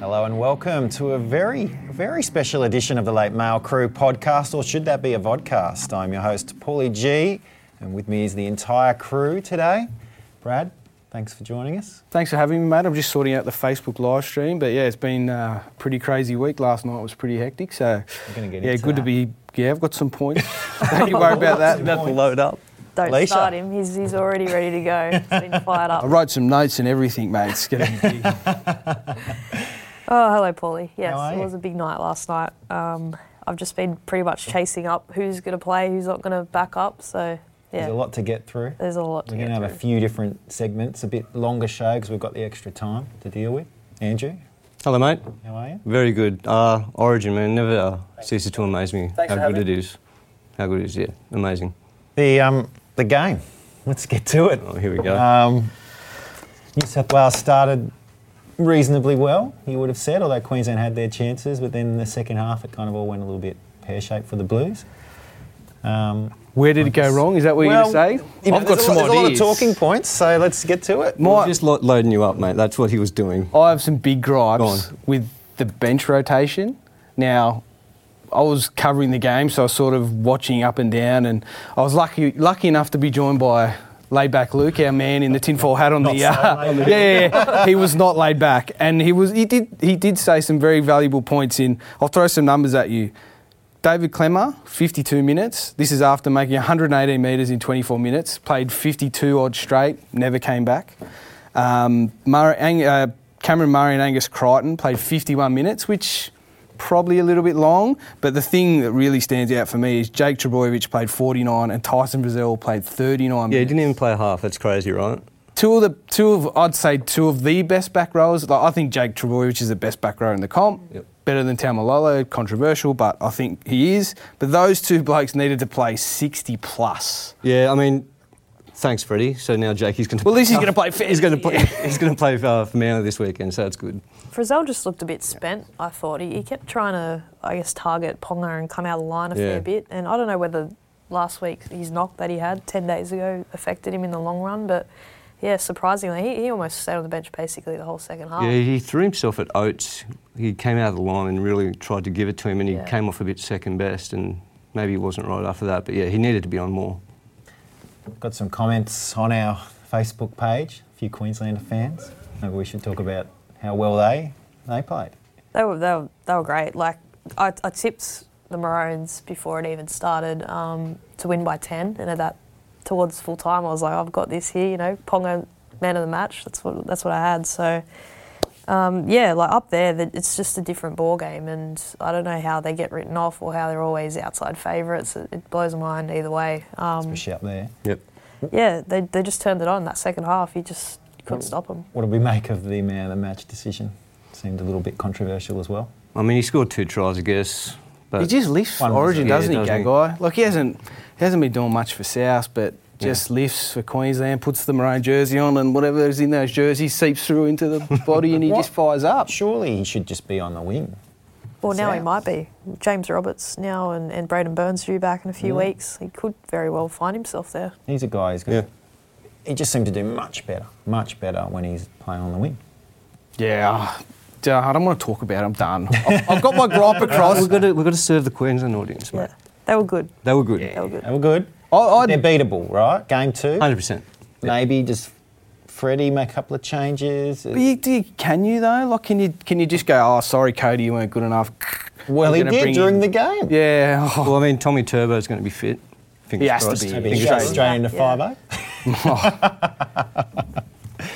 Hello and welcome to a very, very special edition of the Late Mail Crew podcast, or should that be a vodcast? I'm your host, Paulie G, and with me is the entire crew today. Brad, thanks for joining us. Thanks for having me, mate. I'm just sorting out the Facebook live stream, but yeah, it's been uh, a pretty crazy week. Last night was pretty hectic, so gonna get yeah, into good that. to be. Yeah, I've got some points. Don't you worry about that. That's That- Load up. Don't Leisha. start him. He's, he's already ready to go. He's been fired I up. wrote some notes and everything, mate. It's getting big. Oh, hello, Paulie. Yes, How are it you? was a big night last night. Um, I've just been pretty much chasing up who's going to play, who's not going to back up. So, yeah, There's a lot to get through. there's a lot to We're going get to have a through. few different segments, a bit longer show because we've got the extra time to deal with. Andrew, Hello, mate. how are you? Very good. Uh, Origin, man, never uh, ceases to amaze me Thanks for how good having it is. How good it is, yeah. Amazing. The, um, the game. Let's get to it. Oh, here we go. Um, New South Wales started reasonably well, you would have said, although Queensland had their chances, but then in the second half it kind of all went a little bit pear shaped for the Blues. Um, Where did it go wrong? Is that what you're going to say? you know, I've got there's some a, lot- there's ideas. a lot of talking points, so let's get to it. We're My- just lo- loading you up, mate. That's what he was doing. I have some big gripes Go on. with the bench rotation. Now, I was covering the game, so I was sort of watching up and down, and I was lucky lucky enough to be joined by laid back Luke, our man in the tinfoil hat on the so uh, laid yeah, back. yeah, yeah. he was not laid back, and he was he did he did say some very valuable points. In I'll throw some numbers at you. David Clemmer, 52 minutes. This is after making 118 metres in 24 minutes. Played 52 odd straight, never came back. Um, Murray, Ang, uh, Cameron Murray and Angus Crichton played 51 minutes, which probably a little bit long. But the thing that really stands out for me is Jake Trebojevic played 49 and Tyson Brazell played 39 Yeah, he minutes didn't even play half. That's crazy, right? two of the two of I'd say two of the best back rowers. Like, I think Jake Trebojevic is the best back rower in the comp. Yep. Better than Tamalolo, controversial, but I think he is. But those two blokes needed to play 60 plus. Yeah, I mean, thanks, Freddie. So now Jakey's going to. Well, at least he's going to play. Fair. He's going to play. He's going to play uh, for Manly this weekend, so that's good. Frizzell just looked a bit spent, I thought. He, he kept trying to, I guess, target Ponga and come out of the line a Yeah. fair bit. And I don't know whether last week his knock that he had 10 days ago affected him in the long run, but yeah, surprisingly, he, he almost stayed on the bench basically the whole second half. Yeah, he threw himself at Oates. He came out of the line and really tried to give it to him, and he Yeah. came off a bit second best, and maybe he wasn't right after that. But yeah, he needed to be on more. Got some comments on our Facebook page, a few Queenslander fans. Maybe we should talk about how well they, they played. They were, they were, they were great. Like, I, I tipped the Maroons before it even started um, to win by 10, and at that, towards full time, I was like, I've got this here, you know, Ponga, man of the match. That's what, that's what I had. So, um, yeah, like up there, that it's just a different ball game, and I don't know how they get written off or how they're always outside favourites. It, it blows my mind either way. Um, Especially up there. Yep. yeah, they, they just turned it on that second half. You just couldn't stop them. What did we make of the man of the match decision? Seemed a little bit controversial as well. I mean, he scored two tries, I guess. But He just lifts One for Origin, yeah, doesn't he, doesn't he? Gagai? Like he hasn't he hasn't been doing much for South, but just lifts for Queensland, puts the Maroon jersey on, and whatever is in those jerseys seeps through into the body, and he What? just fires up. Surely he should just be on the wing. Well, It's now he out. might be. James Roberts now and, and Braden Burns due back in a few weeks. He could very well find himself there. He's a guy who's going to. He just seemed to do much better, much better when he's playing on the wing. Yeah. I don't want to talk about it. I'm done. I've, I've got my gripe across. We've got, to, we've got to serve the Queensland audience, mate. Yeah. They were good. They were good. They were good. They were good. I- I'd- They're beatable, right? Game two. 100%. Maybe just Freddie make a couple of changes. But you, do you, can you though? Like, can you can you just go? Oh, sorry, Cody, you weren't good enough. Well, We're he gonna did bring during in- the game. Yeah. oh, Well, I mean, Tommy Turbo's going to be fit. Fingers He has to crossed. be. Maybe He's he Fingers goes straight. crossed. straight into Yeah. five oh. eight.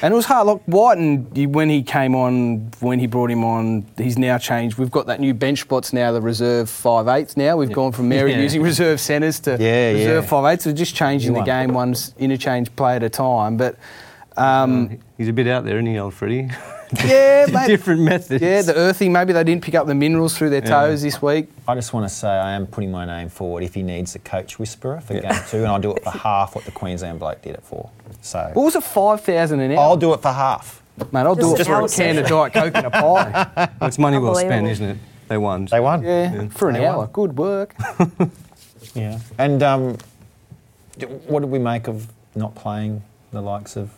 And it was hard. Like White, and he- when he came on, when he brought him on, he's now changed. We've got that new bench spots now, the reserve five eighths. Now we've gone from Mary Yeah. using reserve centres to Yeah, reserve yeah. five eighths. We're just changing New the one. game one s- interchange play at a time. But um, He's a bit out there, isn't he, old Freddie? yeah, mate. Different methods. Yeah, the earthing. Maybe they didn't pick up the minerals through their toes this week. I just want to say I am putting my name forward if he needs a coach whisperer for game two, and I'll do it for half what the Queensland bloke did it for. So What was it, five thousand an hour? I'll do it for half. Mate, I'll do Just it for an a can of hour. Diet Coke and a pie. Well, it's money well spent, Unbelievable. isn't it? They won. They won. Yeah, for an They won. hour. Good work. Yeah. And um, d- what did we make of not playing the likes of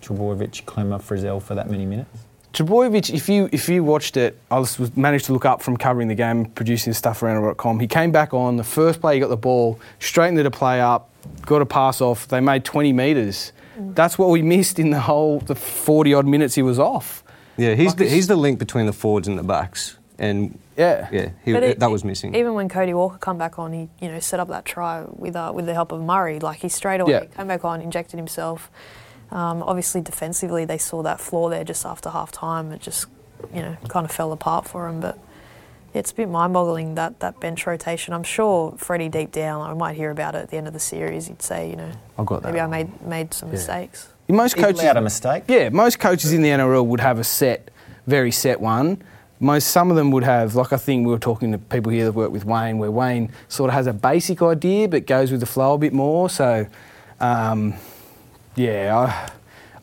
Trebojevic, Klemmer, Frizzell for that many minutes? Trebojevic, if you if you watched it, I was, was managed to look up from covering the game, producing stuff around dot com. He came back on the first play. He got the ball, straightened it a play up, got a pass off. They made 20 meters. That's what we missed in the whole the 40 odd minutes he was off. Yeah, he's Like the, it's- he's the link between the forwards and the backs, and Yeah. yeah, he, uh, But it- e- that was missing. Even when Cody Walker come back on, he you know set up that try with uh, with the help of Murray. Like he straight away Yeah. came back on, injected himself. Um, obviously, defensively, they saw that flaw there just after half time. It just you know kind of fell apart for him. But it's a bit mind boggling that that bench rotation. I'm sure Freddie deep down, I might hear about it at the end of the series. He'd say you know I got that maybe I one. made made some mistakes. Most He coaches allowed a mistake. Yeah, most coaches in the NRL would have a set, very set one. Most some of them would have, like I think we were talking to people here that work with Wayne, where Wayne sort of has a basic idea but goes with the flow a bit more. So, um, yeah,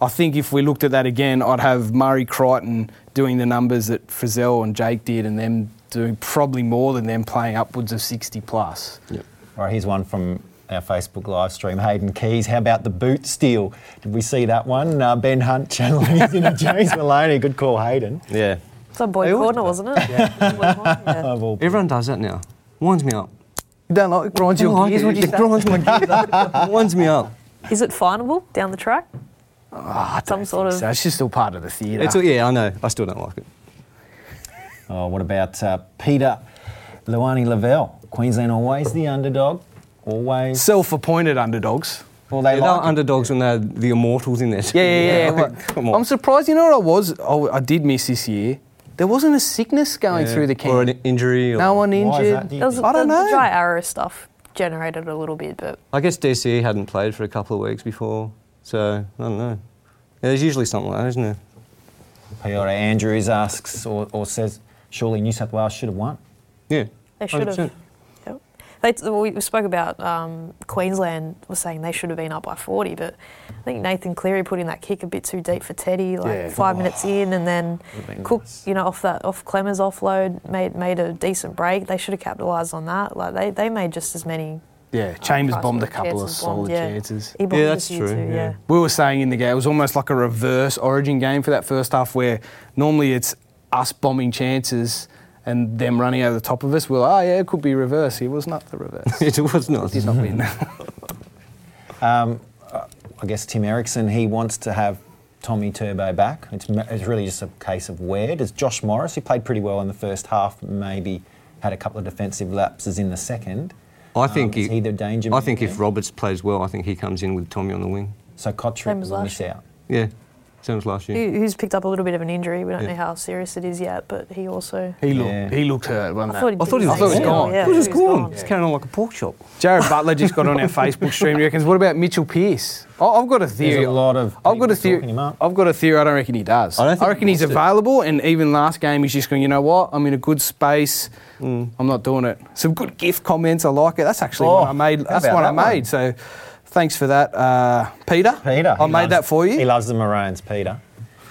I, I think if we looked at that again, I'd have Murray Crichton doing the numbers that Frizzell and Jake did, and them doing probably more than them playing upwards of 60 plus. Yep. All right, here's one from our Facebook live stream. Hayden Keys, how about the boot steal? Did we see that one? Uh, ben Hunt channeling his inner James Maloney. Good call, Hayden. Yeah, It's a boy They always corner, wasn't it? Boy corner, yeah. Of all everyone does that now. Winds me up. You don't like it? Grinds your I like gears, it. would you It say? grinds my gears up. Winds me up. Is it finable down the track? some sort of So it's just still part of the theatre. It's, yeah, I know. I still don't like it. Oh, what about uh, Peter Luani Lavelle? Queensland always the underdog, always. Self-appointed underdogs. Well, they They're like it. underdogs when they're the immortals in there. Yeah, yeah, yeah. yeah. Like, Well, come on. I'm surprised. You know what I was? Oh, I, I did miss this year. There wasn't a sickness going Yeah. through the Or an camp. injury. Or, No one is injured. that? Do you It was I don't the, know. the dry arrow stuff generated a little bit, but I guess DCE hadn't played for a couple of weeks before, so I don't know. Yeah, there's usually something like that, isn't there? Peter Andrews asks or, or says, surely New South Wales should have won. Yeah. They should 100%. have. Yep. They, t- we we spoke about um, Queensland was saying they should have been up by 40, but I think Nathan Cleary put in that kick a bit too deep for Teddy, like Yeah. Oh. five minutes in, and then been Cook, nice. you know, off that off Clemmer's offload made made a decent break. They should have capitalised on that. Like they, they made just as many. Yeah, uh, Chambers price bombed a of couple of chances bombed, solid yeah. chances. He bombed a that's few true, too, yeah. yeah. We were saying in the game, it was almost like a reverse origin game for that first half where normally it's us bombing chances and them running over the top of us. We're like, oh, yeah, it could be reverse. It was not the reverse. It was not. Did not win. I guess Tim Erickson, he wants to have Tommy Turbo back. It's, ma- it's really just a case of where. Does Josh Morris, who played pretty well in the first half, maybe had a couple of defensive lapses in the second? I think Um, is he- he the danger. I man think there? if Roberts plays well, I think he comes in with Tommy on the wing. so, Same Kotrick as will last miss year. out. Yeah, same as last year. Who, who's picked up a little bit of an injury? We don't Yeah. know how serious it is yet, but he also. he, looked, Yeah. he looked hurt. wasn't I thought I thought he I was, thought he was gone. gone. Yeah, I thought he was he was gone. gone. He's carrying on like a pork chop. Jared Butler just got on our Facebook stream. He reckons. What about Mitchell Pearce? I- I've got a theory. a lot of I've got people a theory. talking him up. I've got a theory. I don't reckon he does. I I, don't think reckon he he's wants to. available. And even last game, he's just going. You know what? I'm in a good space. I'm not doing it. Some good gift comments. I like it. That's actually Oh, one I made. how That's about one that I one? made. So, thanks for that, uh, Peter. Peter. I he made loves- that for He you. loves the Maroons, Peter.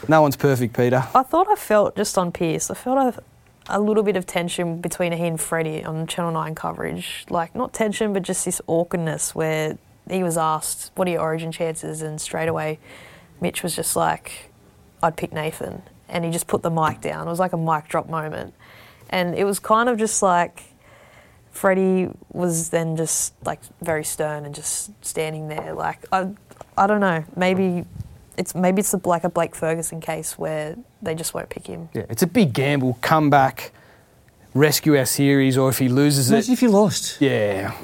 No one's perfect, Peter. I thought I felt just on Pierce. I felt a, a little bit of tension between he and Freddie on Channel Nine coverage. Like not tension, but just this awkwardness where he was asked, "What are your origin chances?" and straight away, Mitch was just like, "I'd pick Nathan," and he just put the mic down. It was like a mic drop moment, and it was kind of just like. Freddie was then just like very stern and just standing there. Like I, I don't know. Maybe it's maybe it's the, like a Blake Ferguson case where they just won't pick him. Yeah, it's a big gamble. Come back, rescue our series, or if he loses it, Imagine if you lost. yeah,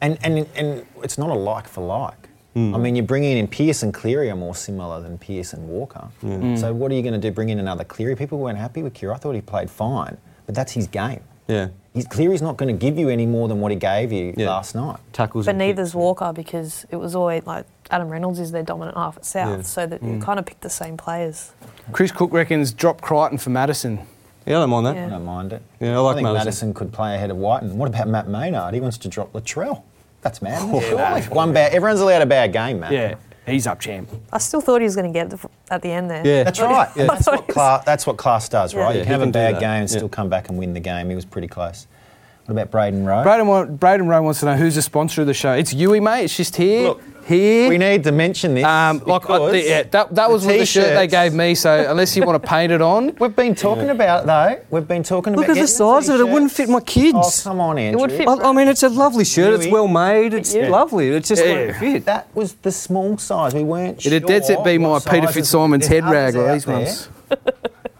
And, and, and it's not a like for like. Hmm. I mean, you're bringing in Pearce and Cleary are more similar than Pearce and Walker. Hmm. So what are you going to do? Bring in another Cleary? People weren't happy with Cleary. I thought he played fine, but that's his game. Yeah. He's, Cleary's not going to give you any more than what he gave you Yeah. last night. Tackles. But and kicks. neither's Walker because it was always like Adam Reynolds is their dominant half at South, Yeah. Mm. so that you kind of pick the same players. Chris Cook reckons drop Crichton for Madison. Yeah, I don't mind that. I Yeah. don't mind it. Yeah, I like think Madison. Madison could play ahead of Whiten. What about Matt Maynard? He wants to drop Latrell. That's mad. One bad. Everyone's allowed a bad game, Matt. Yeah, he's up champ. I still thought he was going to get it at the end there. Yeah. That's right. Yeah. That's, what class, that's what class does, Yeah. right? Yeah, you he can have can a do bad that. game and Yeah. still come back and win the game. He was pretty close. What about Braden Rowe? Braden, wa- Braden Rowe wants to know who's the sponsor of the show. It's Yui, mate. It's just here. Look, here. We need to mention this. um, like I, because the- yeah, that, that was with the shirt they t-shirts- gave me. So unless you want to paint it on, We've been talking about it, though. We've been talking Look about. at the getting size of it. It wouldn't fit my t-shirts. kids. Oh, come on, Andrew. would fit I, I mean, it's a lovely shirt. It's Really? well made. It's Yeah. lovely. It's just like Yeah. fit. That was the small size. We weren't sure. it'd that's it be my what Peter sizes- Fitzsimons There's head others rag or out these there. ones.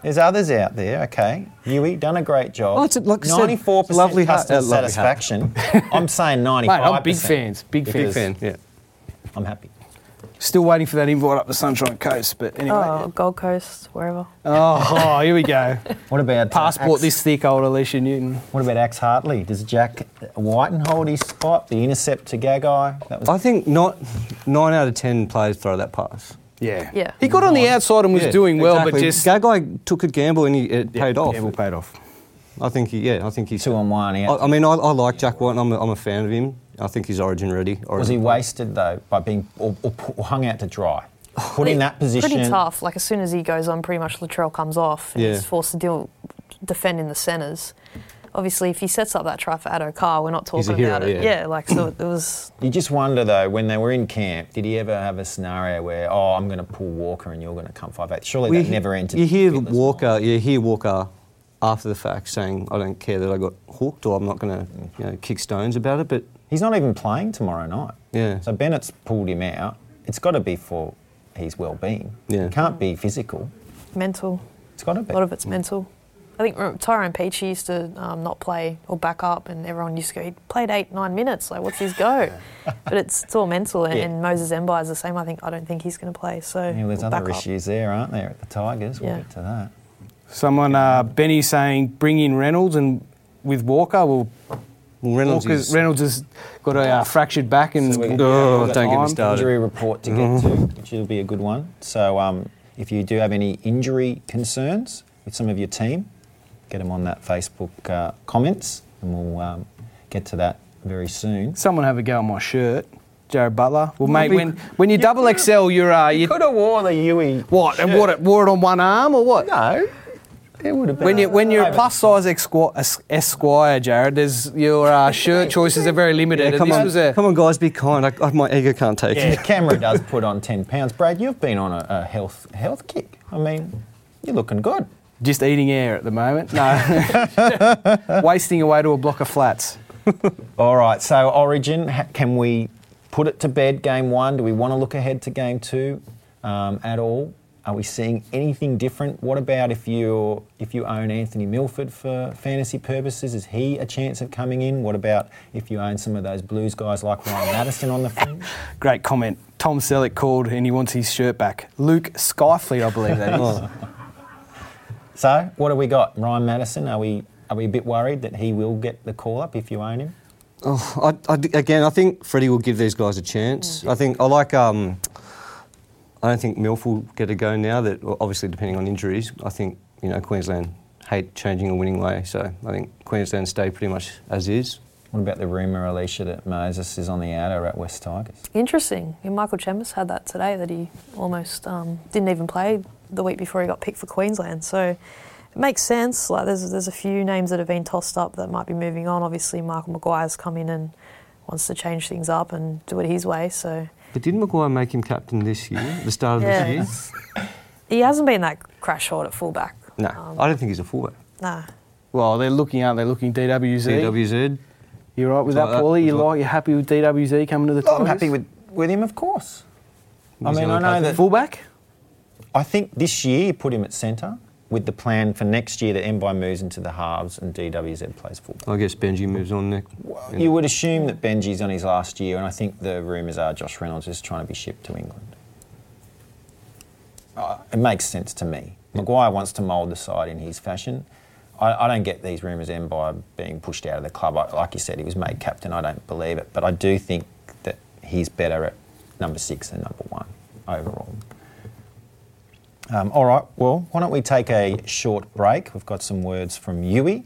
There's others out there. Okay, Yui done a great job. Oh, it's a- like I said, ninety-four percent lovely hat- customer uh, lovely hat. satisfaction. I'm saying Mate, ninety-five. I'm big fans. Big Big fans. fan. Yeah. I'm happy. Still waiting for that invite up the Sunshine Coast, but anyway. Oh, Oh, Gold Coast, wherever. oh, here we go. What about uh, Passport Axe- this thick, old Alicia Newton. What about Axe Hartley? Does Jack Whiten hold his spot? The intercept to Gagai. That was I think not nine out of ten players throw that pass. Yeah. Yeah. He got on the outside and was Yeah, doing well, exactly. but just Gagai took a gamble and he, it Yeah, paid off. gamble paid off. I think he, yeah, I think he's. two on one. I, Out. I mean, I, I like Jack White. and I'm a, I'm a fan of him. I think he's Origin ready. was he Origin- wasted though by being or, or pu- or hung out to dry? Oh, Put in that position. Pretty tough. Like as soon as he goes on, pretty much Latrell comes off and Yeah. he's forced to deal defend in the centres. Obviously, if he sets up that try for Addo Carr, we're not He's a talking about hero, it. yeah. like so it was. You just wonder though, when they were in camp, did he ever have a scenario where, oh, I'm going to pull Walker and you're going to come five eight? Surely We that he- never entered. You the hear fitness Walker. You hear Walker after the fact saying, "I don't care that I got hooked, or I'm not going to Mm. you know, kick stones about it." But He's not even playing tomorrow night. Yeah. So Bennett's pulled him out. It's got to be for his well-being. Yeah. It can't be physical. Mental. It's got to be. A lot of it's mental. I think remember, Tyrone Peachy used to um, not play or back up, and everyone used to go, he played eight, nine minutes. Like, what's his go? but it's, it's all mental, and, Yeah. and Moses Embiid is the same. I think I don't think he's going to play. So yeah, there's we'll other back up. issues there, aren't there, at the Tigers? We'll Yeah. get to that. Someone, uh, Benny saying, bring in Reynolds and with Walker, well, well, Reynolds Walker, is. Reynolds has got a uh, fractured back and So we- Oh, We've got don't get me time. started. Injury report to get to, which will be a good one. So um, if you do have any injury concerns with some of your team, get them on that Facebook uh, comments, and we'll um, get to that very soon. Someone have a go on my shirt. Jared Butler. Well, mate, be- when, when you're double XL, you're. Uh, you Could have wore the Yui. what? And wore it, wore it on one arm or what? No, it would have been. When, you, when you're a plus size esquire, esquire Jared, there's, your uh, shirt choices are very limited. Yeah, and come this on, was a, come on, guys, be kind. I, I, my ego can't take Yeah, it. Camera does put on ten pounds. Brad, you've been on a, a health health kick. I mean, you're looking good. Just eating air at the moment. No. Wasting away to a block of flats. All right. So Origin, ha- can we put it to bed? Game one. Do we want to look ahead to game two um, at all? Are we seeing anything different? What about if you if you own Anthony Milford for fantasy purposes? Is he a chance of coming in? What about if you own some of those Blues guys like Ryan Madison on the fringe? Great comment. Tom Selleck called and he wants his shirt back. Luke Skyfleet, I believe that is. Oh, So what do we got? Ryan Madison? Are we are we a bit worried that he will get the call up if you own him? Oh, I, I, again, I think Freddie will give these guys a chance. I think I like. Um, I don't think Milf will get a go now. That well, obviously, depending on injuries, I think you know Queensland hate changing a winning way. So I think Queensland stay pretty much as is. What about the rumour, Alicia, that Moses is on the outer at West Tigers? Interesting. Yeah, Michael Chambers had that today that he almost um, didn't even play the week before he got picked for Queensland. So it makes sense. Like there's there's a few names that have been tossed up that might be moving on. Obviously, Michael Maguire's come in and wants to change things up and do it his way. So But did Maguire make him captain this year? The start of yeah, Um, this year? it's- he hasn't been that crash hot at fullback. No, Um, I don't think he's a fullback. no. Well, they're looking, aren't they? Looking DWZ. DWZ. You're right with that, Like that. Paulie? You Like- like, you're happy with DWZ coming to the Well, top? Oh, I'm happy with, with him, of course. I New mean, I Zealand know captain. that. Fullback? I think this year you put him at centre with the plan for next year that Mbai moves into the halves and DWZ plays fullback. I guess Benji moves on next. And- You would assume that Benji's on his last year, and I think the rumours are Josh Reynolds is trying to be shipped to England. Uh, it makes sense to me. Maguire wants to mould the side in his fashion. I, I don't get these rumours Mbai being pushed out of the club. I, like you said, he was made captain. I don't believe it, but I do think that he's better at number six than number one overall. Um, all right, well, why don't we take a short break? We've got some words from Yui,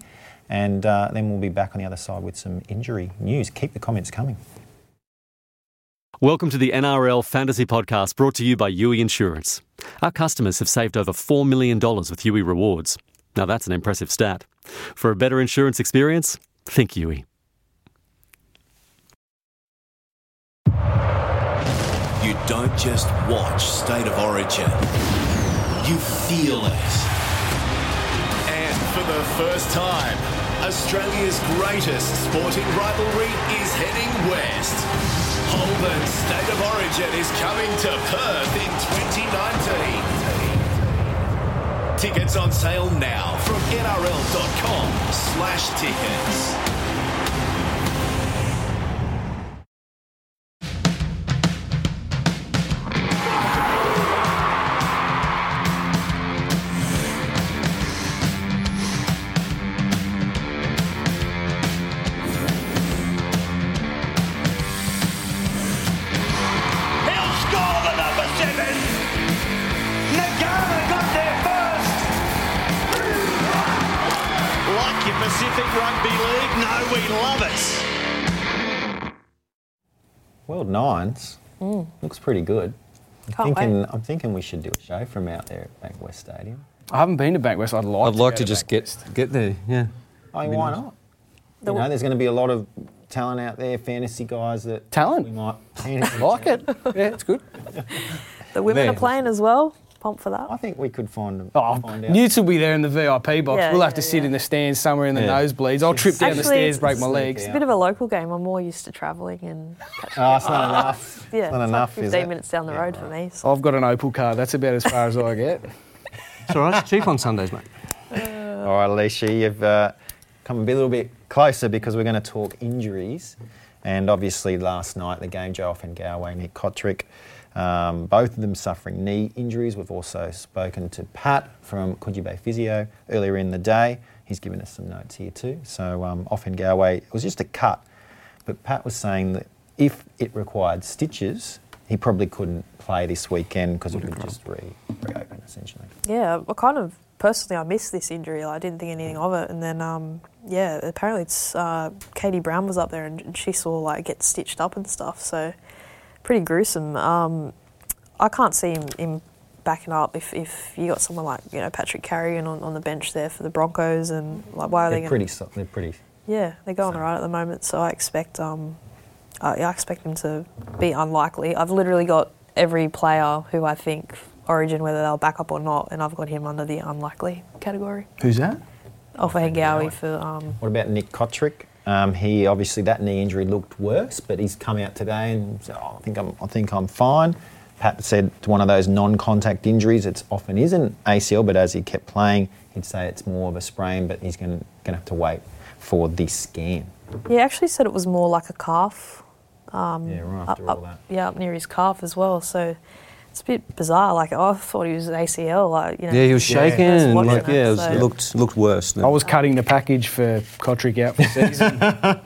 and uh, then we'll be back on the other side with some injury news. Keep the comments coming. Welcome to the NRL Fantasy Podcast brought to you by Yui Insurance. Our customers have saved over $4 million with Yui Rewards. Now that's an impressive stat. For a better insurance experience, think Yui. don't just watch State of Origin, you feel it. And for the first time, Australia's greatest sporting rivalry is heading west. Holden State of Origin is coming to Perth in 2019. Tickets on sale now from nrl.com slash tickets. He'll score the number seven. Nagana got there first. Like your Pacific Rugby League? No, we love it. World Nines looks pretty good. I'm Mm. Can't thinking, wait. I'm thinking we should do a show from out there at Bank West Stadium. I haven't been to Bankwest. I'd like. I'd like go to just Bankwest. get get there. Yeah. I mean, why not? You know, there's going to be a lot of talent out there, fantasy guys that Talent. we might fantasy Like talent. it. Yeah, it's good. The women Man. are playing as well. Pump for I that. think we could find, Oh, find out. Newt will be there in the VIP box. Yeah, we'll have to yeah, sit yeah. in the stands somewhere in the Yeah. nosebleeds. I'll trip down the Actually, stairs, break my sneak legs. out. It's a bit of a local game. I'm more used to travelling and Oh, it's not enough. yeah, it's it's not like enough. 15 is it? minutes down the Yeah, road right. for me. So I've got an Opal car. That's about as far as I get. It's all right. It's cheap on Sundays, mate. All right, Alicia, you've uh, come a bit- little bit closer because we're going to talk injuries. And obviously, last night, the game, Joe and Galway, Nick Kotrick, um, both of them suffering knee injuries. We've also spoken to Pat from Coogee Bay Physio earlier in the day. He's given us some notes here too. So, um, off in Galway, it was just a cut. But Pat was saying that if it required stitches, he probably couldn't play this weekend because it would just re- reopen essentially. yeah, I kind of personally I missed this injury. Like, I didn't think anything of it, and then um, yeah, apparently it's uh, Katie Brown was up there and, and she saw like get stitched up and stuff. So pretty gruesome. Um, I can't see him, him backing up if, if you got someone like you know Patrick Carrigan on, on the bench there for the Broncos and like why are they They're gonna- pretty, so- they're pretty Yeah, they're going alright at the moment, so I expect um, I, I expect them to be unlikely. I've literally got every player who I think Origin, whether they'll back up or not, and I've got him under the unlikely category. Who's that? Off Hengawi for um, What about Nick Kotrick? Um, he obviously that knee injury looked worse, but he's come out today and said, oh, "I think I'm, I think I'm fine." Pat said it's one of those non-contact injuries. It often is an ACL, but as he kept playing, he'd say it's more of a sprain. But he's going to have to wait for this scan. yeah, he actually said it was more like a calf. Um, Yeah, right up, after all up, yeah, up near his calf as well. So it's a bit bizarre. Like oh, I thought he was ACL. Like you know, Yeah, he was shaking. I was and watching like, it, yeah, it, was, so- it looked looked worse. Than I was cutting the package for Kotrick out for season.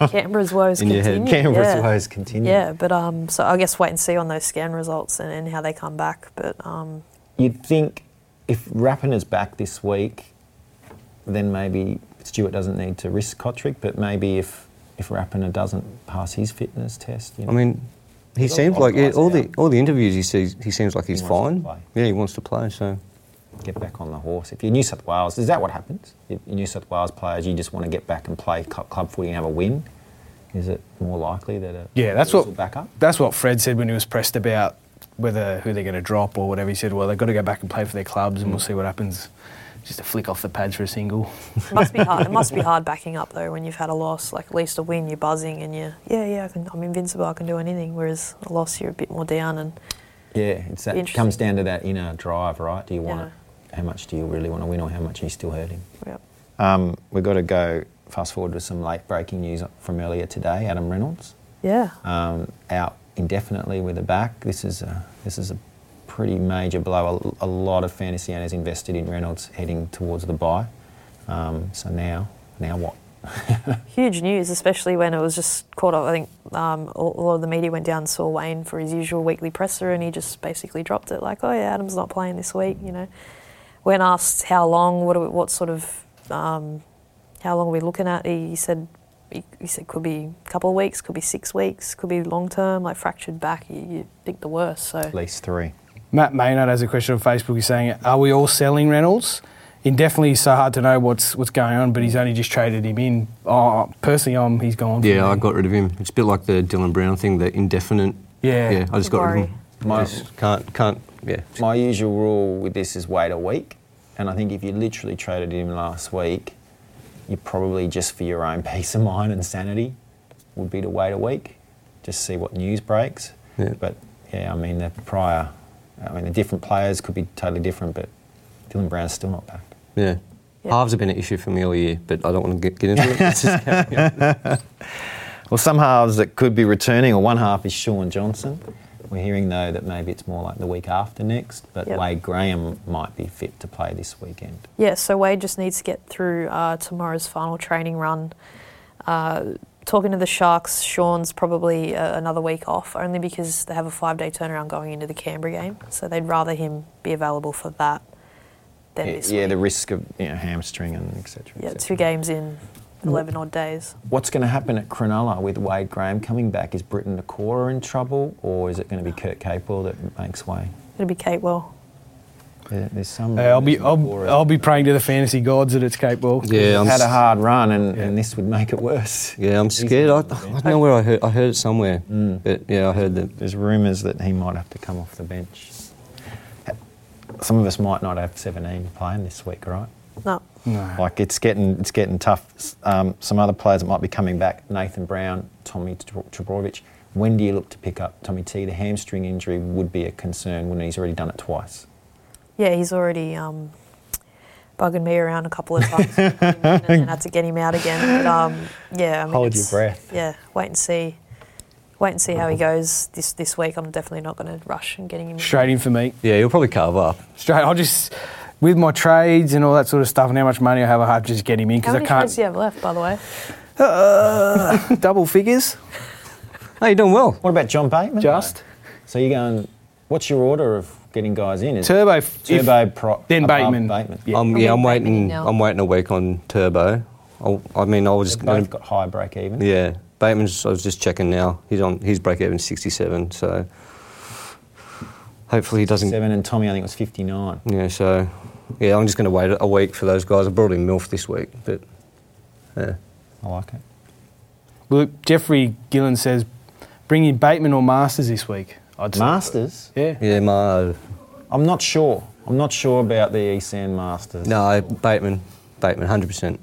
Canberra's woes In your head. continue. Canberra's yeah. woes continue. Yeah, but um, so I guess wait and see on those scan results and, and how they come back. But um, You'd think if Rappin is back this week, then maybe Stewart doesn't need to risk Kotrick, but maybe if if Rappiner doesn't pass his fitness test, you know, I mean, he He's got seems a lot like of yeah, guys all out. the all the interviews he sees. He seems like he's wants to fine. play. Yeah, he wants to play. So get back on the horse. If you're New South Wales, is that what happens? If you're New South Wales players, you just want to get back and play club, club footy and have a win. Is it more likely that a Yeah, that's Bulls what will back up? that's what Fred said when he was pressed about whether who they're going to drop or whatever. He said, "Well, they've got to go back and play for their clubs, and we'll Mm. see what happens." Just a flick off the pads for a single. it must be hard. It must be hard backing up though when you've had a loss. Like at least a win, you're buzzing and you're yeah yeah I can, I'm invincible. I can do anything. Whereas a loss, you're a bit more down and Yeah, it's that it Interesting. comes down to that inner drive, right? Do you want Yeah. it? How much do you really want to win, or how much are you still hurting? yeah. Um, we've got to go fast forward with some late breaking news from earlier today. Adam Reynolds yeah. um, out indefinitely with a back. This is a, this is a pretty major blow. A, a lot of fantasy owners invested in Reynolds heading towards the buy. Um, so now, now what? huge news, especially when it was just caught up. I think um, a a lot of the media went down and saw Wayne for his usual weekly presser, and he just basically dropped it like, "Oh yeah, Adam's not playing this week." You know, when asked how long, what, are we- what sort of, um, how long are we looking at? He, he said, he, he said could be a couple of weeks, could be six weeks, could be long term, like fractured back. You, you pick the worst. So At least three. Matt Maynard has a question on Facebook. He's saying, "Are we all selling Reynolds?" Indefinitely, it's so hard to know what's what's going on. But he's only just traded him in. Oh, personally, I'm he's gone. for yeah, me. I got rid of him. It's a bit like the Dylan Brown thing, the indefinite. Yeah. yeah, I just got rid of Worry. him. My- Just can't, can't, yeah. My usual rule with this is wait a week, and I think if you literally traded him last week, you probably just for your own peace of mind and sanity would be to wait a week, just see what news breaks. Yeah. But yeah, I mean the prior, I mean the different players could be totally different, but Dylan Brown's still not back. Yeah. Yeah. Halves have been an issue for me all year, but I don't want to get, get into it. It's just- Well, some halves that could be returning, or one half is Sean Johnson. We're hearing though that maybe it's more like the week after next, but Yep. Wade Graham might be fit to play this weekend. Yeah, so Wade just needs to get through uh, tomorrow's final training run. Uh, talking to the Sharks, Sean's probably uh, another week off, only because they have a five day turnaround going into the Canberra game. So they'd rather him be available for that than Yeah, this yeah, week. the risk of you know, hamstring and etc. yeah, two games in 11 odd days. What's going to happen at Cronulla with Wade Graham coming back? Is Britain Nakora in trouble, or is it going to be Kurt Capel that makes way? It'll be Kate Well. There- There's some. Hey, Uh, I'll be rumours I'll, Nakora- I'll be praying to the fantasy gods that it's Cape Ball. yeah, I'm, had a s- hard run, and, and this would make it worse. yeah, I'm He's scared. I, I not gonna be don't know where I heard, I heard it somewhere, but yeah, I heard that. There's rumours that he might have to come off the bench. Some of us might not have 17 playing this week, right? No. Like it's getting it's getting tough. S- Um, some other players that might be coming back: Nathan Brown, Tommy Trebojevic. When do you look to pick up Tommy T? The hamstring injury would be a concern when he's already done it twice. Yeah, he's already um, bugging me around a couple of times, and then had to get him out again. But, um, yeah, I mean, Hold your it's- breath. Yeah, wait and see. Wait and see how he goes this this week. I'm definitely not going to rush in getting him. Straight in for me. Yeah, he'll probably carve up. Straight. I'll just with my trades and all that sort of stuff and how much money I have, I have to just get him in because How I many trades do can't. you have left, by the way? Uh, double figures, Hey, you're doing well. What about John Bateman? just So you're going. What's your order of getting guys in? Is turbo. f- Turbo, Pro, then above Bateman. Bateman. Yeah. I'm, I'll yeah, be I'm back in waiting. now. I'm waiting a week on Turbo. I'll, I mean, I was just They've gonna- both got high break even. yeah. Bateman's. I was just checking now. He's on. His break even 67. So hopefully he doesn't. Seven and Tommy, I think was 59. Yeah. So yeah, I'm just going to wait a week for those guys. I brought in Milf this week, but yeah. I like it. Look, Jeffrey Gillen says, bring in Bateman or Masters this week. I'd say. Masters. Yeah. Yeah, my I'm not sure. I'm not sure about the ECN Masters. no Bateman, Bateman, hundred percent.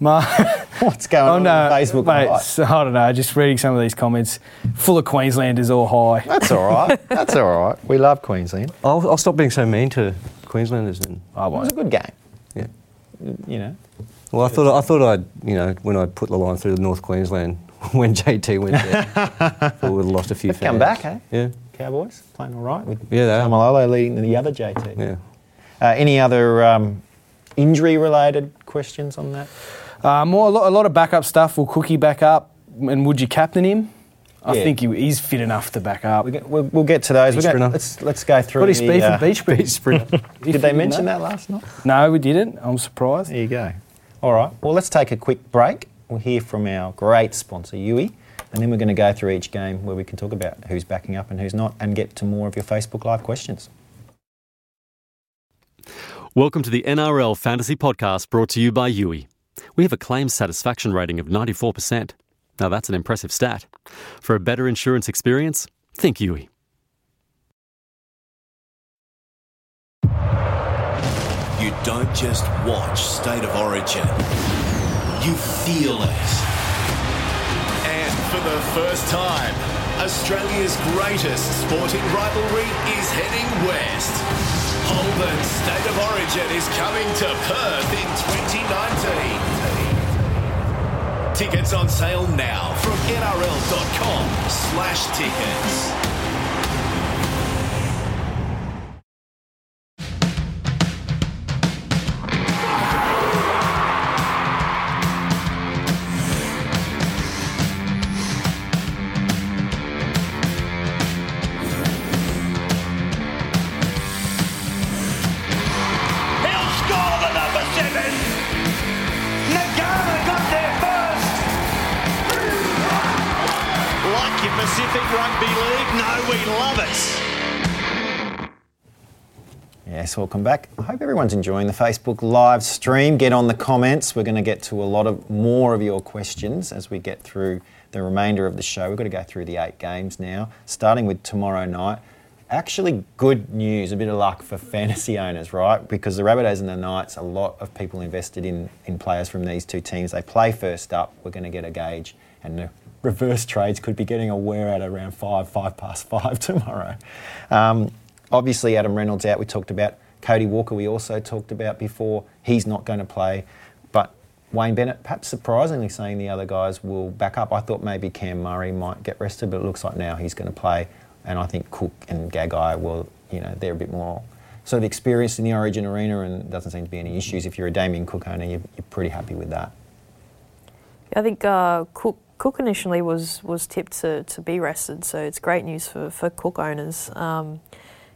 Ma- What's going Oh on no, on Facebook mate, Live? so- I don't know. Just reading some of these comments, full of Queenslanders all high. That's all right. That's all right. We love Queensland. I'll, I'll stop being so mean to Queenslanders and I It was won't. a good game. yeah. You know, Well, I thought I thought I'd you know when I put the line through North Queensland when JT went there, I would have lost a few. They've come fans. back, eh? Yeah, Cowboys playing all right with Yeah, they are. Tamalolo leading the other JT. yeah. Uh, any other um, injury-related questions on that? Uh, more a lot, a lot of backup stuff. Will Cookie back up? And would you captain him? I Yeah. think he, he's fit enough to back up. We get, we'll, we'll get to those. Beach We're gonna- let's sprinter. let's go through. Got his the, speed uh, from Beach Beach. Did they mention that last night? No, we didn't. I'm surprised. There you go. All right. Well, let's take a quick break. We'll hear from our great sponsor, Yui, and then we're going to go through each game where we can talk about who's backing up and who's not, and get to more of your Facebook Live questions. Welcome to the NRL Fantasy Podcast brought to you by Yui. We have a claim satisfaction rating of 94%. Now that's an impressive stat. For a better insurance experience, think Yui. You don't just watch State of Origin, you feel it. And for the first time, Australia's greatest sporting rivalry is heading west. Holden State of Origin is coming to Perth in 2019. Tickets on sale now from nrl.com slash tickets. He'll score the number seven. Nagana got there first. Like your Pacific Rugby League, no, we love it. Yes, welcome back. I hope everyone's enjoying the Facebook live stream. Get on the comments. We're going to get to a lot of more of your questions as we get through the remainder of the show. We've got to go through the eight games now, starting with tomorrow night. Actually, good news, a bit of luck for fantasy owners, right? Because the Rabbitohs and the Knights, a lot of people invested in, in players from these two teams. They play first up. We're going to get a gauge, and the reverse trades could be getting a wear out around five, five past five tomorrow. Um, Obviously, Adam Reynolds out, we talked about. Cody Walker, we also talked about before. He's not going to play. But Wayne Bennett, perhaps surprisingly, saying the other guys will back up. I thought maybe Cam Murray might get rested, but it looks like now he's going to play. And I think Cook and Gagai will, you know, they're a bit more sort of experienced in the Origin arena and doesn't seem to be any issues. If you're a Damien Cook owner, you're, you're pretty happy with that. I think uh, Cook Cook initially was was tipped to, to be rested, so it's great news for, for Cook owners. Um,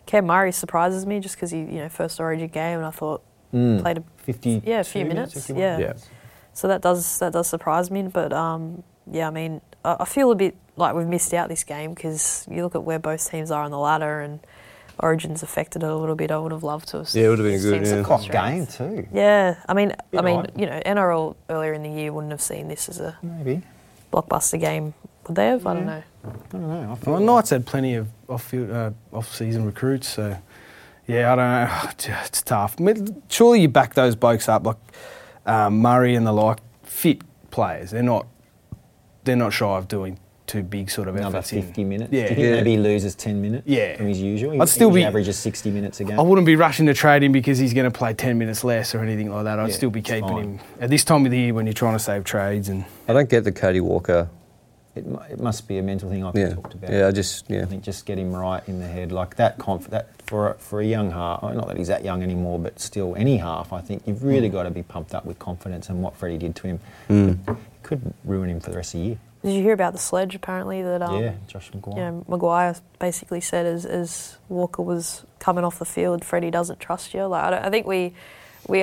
Cam Murray surprises me just because he you know first Origin game, and I thought Mm. played a 50 yeah a few minutes, yeah. Yeah. So that does that does surprise me, but um, yeah, I mean, I, I feel a bit like we've missed out this game because you look at where both teams are on the ladder and Origin's affected it a little bit. I would have loved to have Yeah, it would have been seen good, some yeah. Cock game, strength. too, Yeah, I mean, I mean, odd. you know, NRL earlier in the year wouldn't have seen this as a maybe. blockbuster game, would they have? I Mm. don't know. I don't know. I feel Well, Knights had plenty of off-field, uh, off-season recruits, so yeah, I don't know. It's tough. I mean, Surely you back those blokes up, like um, Murray and the like, fit players. They're not. They're not shy of doing too big sort of another efforts in. 50 minutes. Do Yeah, you think yeah. maybe he loses 10 minutes Yeah. from his usual? He- I'd still he be- averages 60 minutes a game. I wouldn't be rushing to trade him because he's going to play ten minutes less or anything like that. I'd Yeah, still be it's keeping fine. him at this time of the year when you're trying to save trades and. I don't get the Cody Walker. It, mu- it must be a mental thing I've Yeah, talked about. yeah. I just yeah. I think just get him right in the head, like that. Conf- that for a, for a young half, oh, not that he's that young anymore, but still any half. I think you've really Mm. got to be pumped up with confidence and what Freddie did to him. It could ruin him for the rest of the year. Did you hear about the sledge? Apparently, that um, yeah, Josh McGuire. you know, Maguire basically said as, as Walker was coming off the field, Freddie doesn't trust you. Like I, don't, I think we we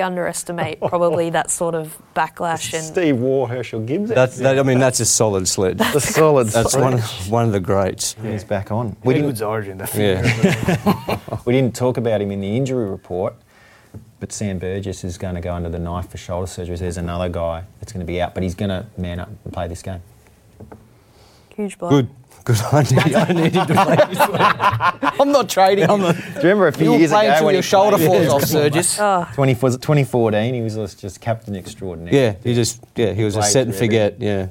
underestimate probably that sort of backlash and Steve War, Herschel Gibbs. That's that, I mean that's a solid sledge. the solid. That's one of, one of the greats. He's back on. We didn't- Edwards Origin, I think. Yeah. We didn't talk about him in the injury report, but Sam Burgess is going to go under the knife for shoulder surgery. There's another guy that's going to be out, but he's going to man up and play this game. huge blow. Good. Good. I need, I need him to play. I'm not trading. I'm not. Do you remember a few You'll years play ago until when your he shoulder played? falls off, Surges. Oh, 24 2014, he was just- just captain extraordinary. Yeah. He just yeah. He was a Played set and through forget. Yeah.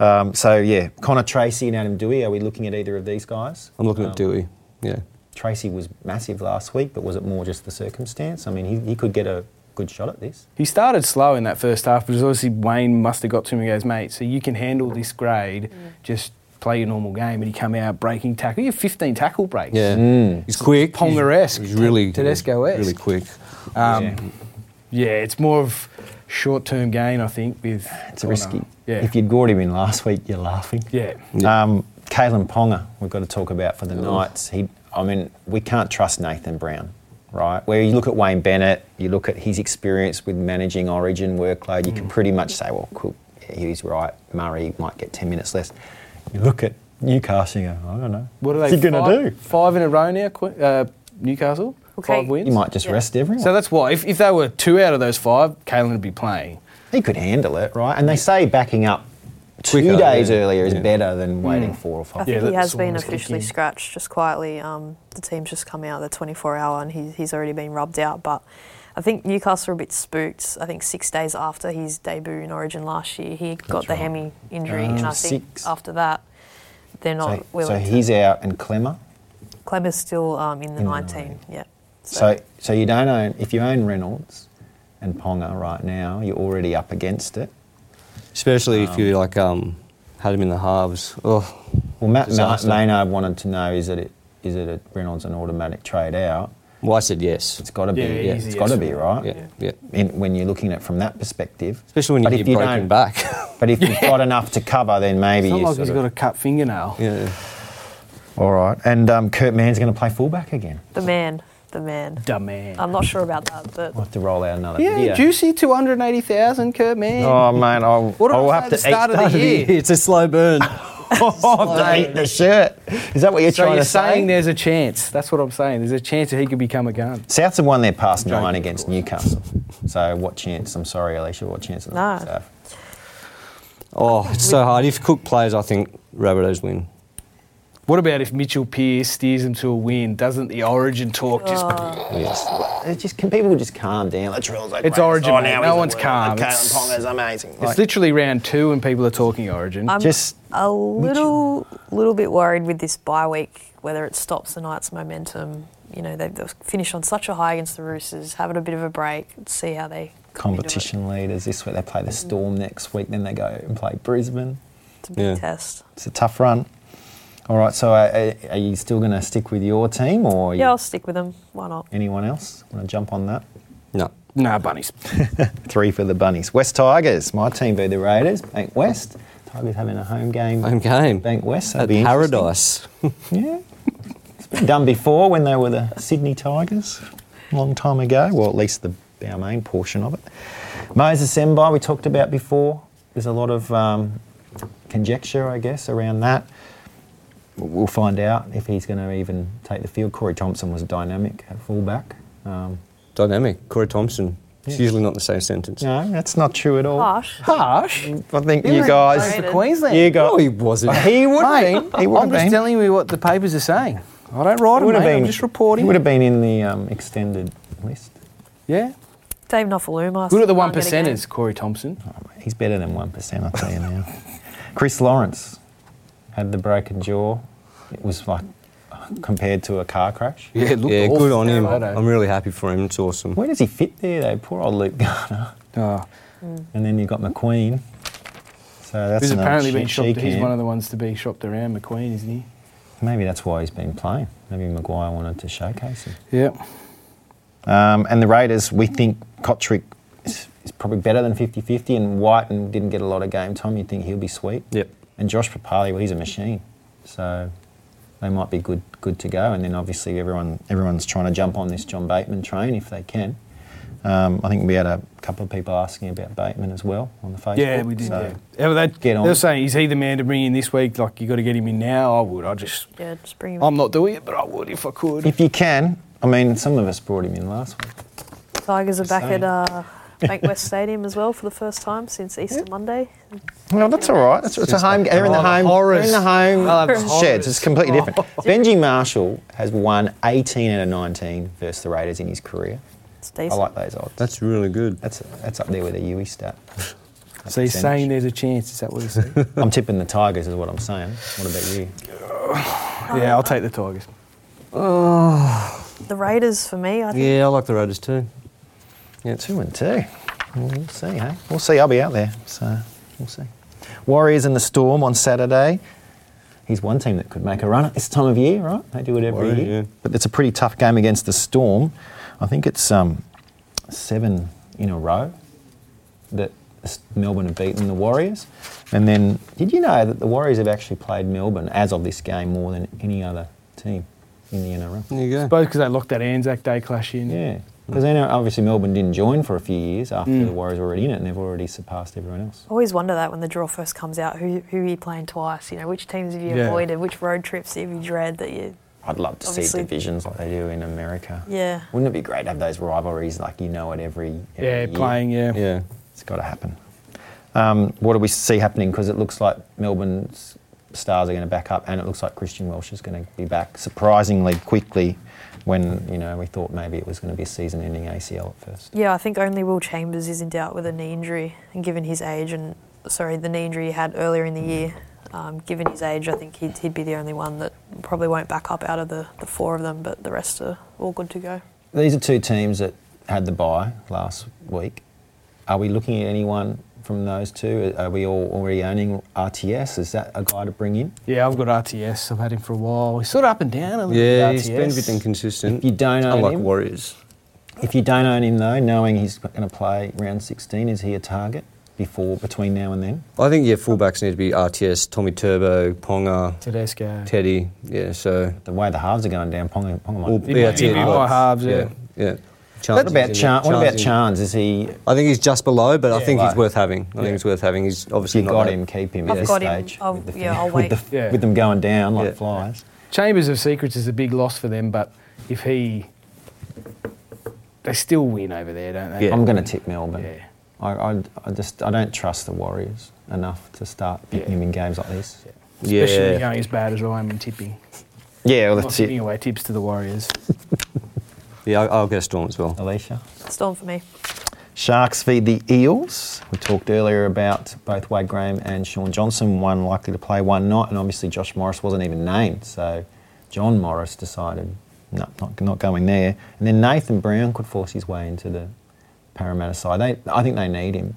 Um, so, yeah, Connor Tracy and Adam Dewey, are we looking at either of these guys? I'm looking Oh. Um, at Dewey. Yeah. Tracy was massive last week, but was it more just the circumstance? I mean, he, he could get a good shot at this. He started slow in that first half because obviously Wayne must have got to him and goes, mate, so you can handle this grade, just play your normal game. And he come out breaking tackle. You have 15 tackle breaks. Yeah. He's quick. he's- Mm. Ponga-esque, He's really Tedesco-esque. Really quick. Um, Yeah. yeah. it's more of short-term gain, I think, with... It's a risky. Yeah. If you'd gored him in last week, you're laughing. yeah. Um, Kalen Ponga, we've got to talk about for the Knights. He, I mean, we can't trust Nathan Brown, right? Where you look at Wayne Bennett, you look at his experience with managing Origin workload, you Mm. can pretty much say, well, cool, yeah, he's right. Murray might get 10 minutes less. You look at Newcastle, you go, I don't know. What are What's they? he going to five- do? Five in a row now, Qu- uh, Newcastle. Okay. Five wins. You might just Yeah. rest everyone. So that's why, if, if they were two out of those five, Kalen would be playing. he could handle it, right? And they say backing up two Quicker, days yeah. earlier is Yeah. better than waiting four or Mm. I five. think let he the has been Swans kick officially in. scratched just quietly. Um, the team's just come out the 24 hour and he's, he's already been rubbed out. But I think Newcastle are a bit spooked. I think six days after his debut in Origin last year, he got the right. hemi injury. Ah. and I think Six. after that, they're So, not so willing. to- he's out and Clemmer. Clem is still um, in the 19. Yeah. So, so you don't own if you own Reynolds and Ponga right now, you're already up against it. Especially if you like um, had him in the halves. Oh. Well, Matt Ma- Disaster. Maynard wanted to know is it is it a Reynolds an automatic trade out? Well, I said yes. It's got to be. Yeah, yeah, it's easy, got to yes. be right. Yeah. Yeah. In, when you're looking at it from that perspective, Especially when But you if get you broken don't- back. but if you've got enough to cover, then maybe It's not you like sort he's of, got a cut fingernail. yeah. all right. And um, Kurt Mann's going to play fullback again. The man. The man. Dumb man. I'm not sure about that, but We'll have to roll out another yeah, video. juicy 280,000, Kurt man. Oh man, I'll, What did I I'll say have at to the eat start of the that. year? It's a slow burn. Oh, I've eaten the shirt. Is that what you're So trying you're to say? saying there's a chance. That's what I'm saying. There's a chance that he could become a gun. Souths have won their past Joking, nine of against Newcastle. So what chance? I'm sorry, Alicia. What chance? do the No. Hawks have? Oh, it's so hard. If Cook plays, I think Rabbitohs win. What about if Mitchell Pearce steers him to a win? Doesn't the origin talk just. Yes. It just can people just calm down? The drill's like It's great. origin, Oh, mate. now No he's one's the calm. world. It's- Kalen Ponga's amazing. It's literally round two and people are talking origin. I'm just a little little bit worried with this bye week whether it stops the Knights' momentum. You know, they've they've finished on such a high against the Roosters, having a bit of a break, see how they come into it. competition leaders this week. They play the Storm next week. Then they go and play Brisbane. It's a big Yeah. test. It's a tough run. All right. So uh, are, are you still going to stick with your team, or are you- Yeah, I'll stick with them. Why not? anyone else want to jump on that? No. nah, bunnies. Three for the Bunnies. West Tigers. My team beat the Raiders. Bank West. Tigers having a home game. Home game. Bank West. At That'd be interesting. Paradise. Yeah. It's been done before when they were the Sydney Tigers, a long time ago. Well, at least the our main portion of it. Moses Sembai, we talked about before. There's a lot of um, conjecture, I guess, around that. We'll find out if he's going to even take the field. Corey Thompson was dynamic at fullback. Um, Dynamic. Corey Thompson. It's Yeah. usually not the same sentence. no, that's not true at all. Harsh. Harsh. I think He you was guys, playing for Queensland. you got. No, he wasn't. He would have Mate, been. He would I'm have just been. telling you what the papers are saying. I don't write He it, would mate. have been. I'm just reporting. He would have been in the um, extended list. Yeah. Dave Nofaluma. Good at the can't one get a game. percenters, Corey Thompson. He's better than 1%, I'll tell you now. Chris Lawrence had the broken jaw. It was like compared to a car crash. Yeah, it looked yeah, awful. good on him. Righto. I'm really happy for him. It's awesome. Where does he fit there, though? Poor old Luke Garner. Oh, And then you've got McQueen. So that's who's another apparently she- been shopped. she He's can. one of the ones to be shopped around, McQueen, isn't he? Maybe that's why he's been playing. Maybe Maguire wanted to showcase him. Yep. Um, and the Raiders, we think Kotrick is, is probably better than 50 50, and White and didn't get a lot of game time. You'd think he'll be sweet. Yep. And Josh Papali, well, he's a machine. So they might be good good to go. And then obviously everyone everyone's trying to jump on this John Bateman train if they can. Um, I think we had a couple of people asking about Bateman as well on the Facebook. Yeah, we did. So- yeah. Yeah, well, that, Get on. They're saying, is he the man to bring in this week? Like, you got to get him in now. I would. I just. Yeah, just bring him. I'm not doing it, but I would if I could. If you can, I mean, some of us brought him in last week. Tigers are back Same. at uh, Bankwest Stadium as well for the first time since Easter Monday. Well, that's all right. It's, it's a home. They're in the Oh, the home. horrors. They're in the home I'll have sheds. horrors. It's completely different. Benji Marshall has won 18 out of 19 versus the Raiders in his career. It's I decent. like those odds. That's really good. That's that's up there with a Yui stat. so percentage. he's saying there's a chance. Is that what he's saying? I'm tipping the Tigers, is what I'm saying. What about you? yeah, I'll take the Tigers. the Raiders for me, I think. Yeah, I like the Raiders too. Yeah, two and two. Well, We'll see, hey. We'll see. I'll be out there, so we'll see. Warriors and the Storm on Saturday. He's one team that could make a run at this time of year, right? They do it every Warriors, year. yeah. But it's a pretty tough game against the Storm. I think it's um, seven in a row that s- Melbourne have beaten the Warriors. And then, did you know that the Warriors have actually played Melbourne as of this game more than any other team in the NRL? There you go. Both because they locked that Anzac Day clash in. Yeah, because know obviously Melbourne didn't join for a few years after the Warriors were already in it, and they've already surpassed everyone else. I always wonder that when the draw first comes out, who, who are you playing twice? You know, which teams have you Yeah. avoided? Which road trips have you dread that you? I'd love to Obviously- see divisions like they do in America. Yeah. wouldn't it be great to have those rivalries like you know it every, every Yeah, year? playing, yeah. Yeah. It's got to happen. Um, what do we see happening? Because it looks like Melbourne's stars are going to back up, and it looks like Christian Welsh is going to be back surprisingly quickly. When you know we thought maybe it was going to be a season-ending ACL at first. Yeah, I think only Will Chambers is in doubt with a knee injury, and given his age and sorry, the knee injury he had earlier in the year, um, given his age, I think he'd, he'd be the only one that probably won't back up out of the, the four of them, but the rest are all good to go. These are two teams that had the bye last week. Are we looking at anyone from those two? Are we all already owning RTS? Is that a guy to bring in? Yeah, I've got RTS. I've had him for a while. He's sort of up and down a little Yeah, bit. he's been a RTS. bit inconsistent. If you don't own Unlike him- Warriors. If you don't own him though, knowing he's going to play round 16, is he a target before between now and then? I think, yeah, fullbacks need to be RTS, Tommy Turbo, Ponga, Tedesco. Teddy. Yeah, so. The way the halves are going down, Ponga, Ponga might All, He might be Teddy. more halves, yeah. yeah. What Chances about in- Chan? What about chances in- Chance? Is he? I think he's just below, but I think Low. he's worth having. I Yeah. think it's worth having. He's obviously You not got that- him. Keep him at I've this got him. stage. I'll- with the yeah, fin- I'll with the- wait. With them going down like Yeah. flies. Chambers of Secrets is a big loss for them, but if he. They still win over there, don't they? Yeah. I'm going to tip Melbourne. Yeah. I, I, I just I don't trust the Warriors enough to start picking Yeah. them in games like this. Especially Yeah. going as bad as I am in tipping. Yeah, well, Not giving away tips to the Warriors. Yeah, I'll, I'll get a storm as well. Alicia. Storm for me. Sharks feed the Eels. We talked earlier about both Wade Graham and Sean Johnson, one likely to play, one not, and obviously Josh Morris wasn't even named, so John Morris decided no, not, not going there. And then Nathan Brown could force his way into the Parramatta side. They, I think they need him.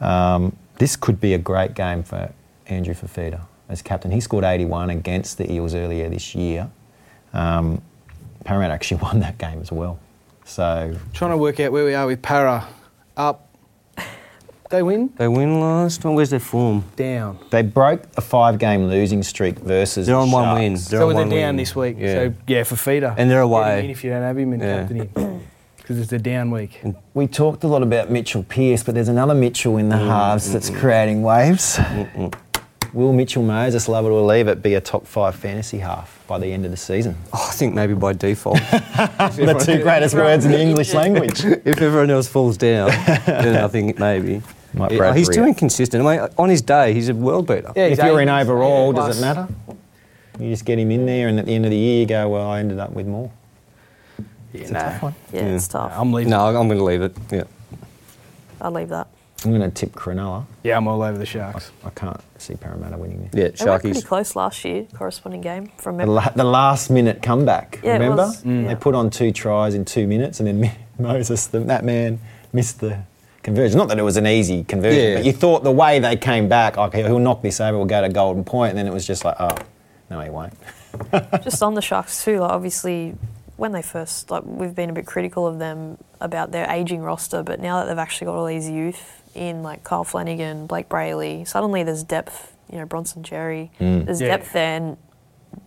Um, this could be a great game for Andrew Fafita as captain. He scored 81 against the Eels earlier this year. Um, Parramatta actually won that game as well. So Trying to work out where we are with Para. Up. They win. They win last time. Where's their form? Down. They broke a five-game losing streak versus. They're the on one win. Sharks. They're so on they're one down win. this week. Yeah. So yeah, for feeder. And they're Get him away. in if you don't have him and Yeah. captain him. Because it's a down week. We talked a lot about Mitchell Pearce, but there's another Mitchell in the Mm, halves that's creating waves. Will Mitchell Moses, love it or leave it, be a top five fantasy half by the end of the season? Oh, I think maybe by default. the two greatest words in the English language. if everyone else falls down, then I think maybe. Might Yeah, Brad he's too Riott. inconsistent. I mean, on his day, he's a world beater. Yeah, if he's you're in eight- overall, eight does it plus. matter? You just get him in there, and at the end of the year, you go, well, I ended up with more. Yeah, nah. Yeah, Yeah. it's tough. I'm leaving. No, I'm going to leave it. Yeah. I'll leave that. I'm going to tip Cronulla. Yeah, I'm all over the Sharks. I can't see Parramatta winning there. Yeah, They were pretty Sharkies. close last year, corresponding game from The, memory. la- the last minute comeback, Yeah, it remember? was. Mm. They Yeah. put on two tries in two minutes, and then Mi- Moses, the, that man, missed the conversion. Not that it was an easy conversion, Yeah. but you thought the way they came back, okay, he'll knock this over, we'll go to golden point, and then it was just like, oh, no, he won't. Just on the Sharks too, like obviously when they first like we've been a bit critical of them about their aging roster, but now that they've actually got all these youth in like Kyle Flanagan, Blake Brayley, suddenly there's depth, you know, Bronson Cherry. There's Yeah. depth there and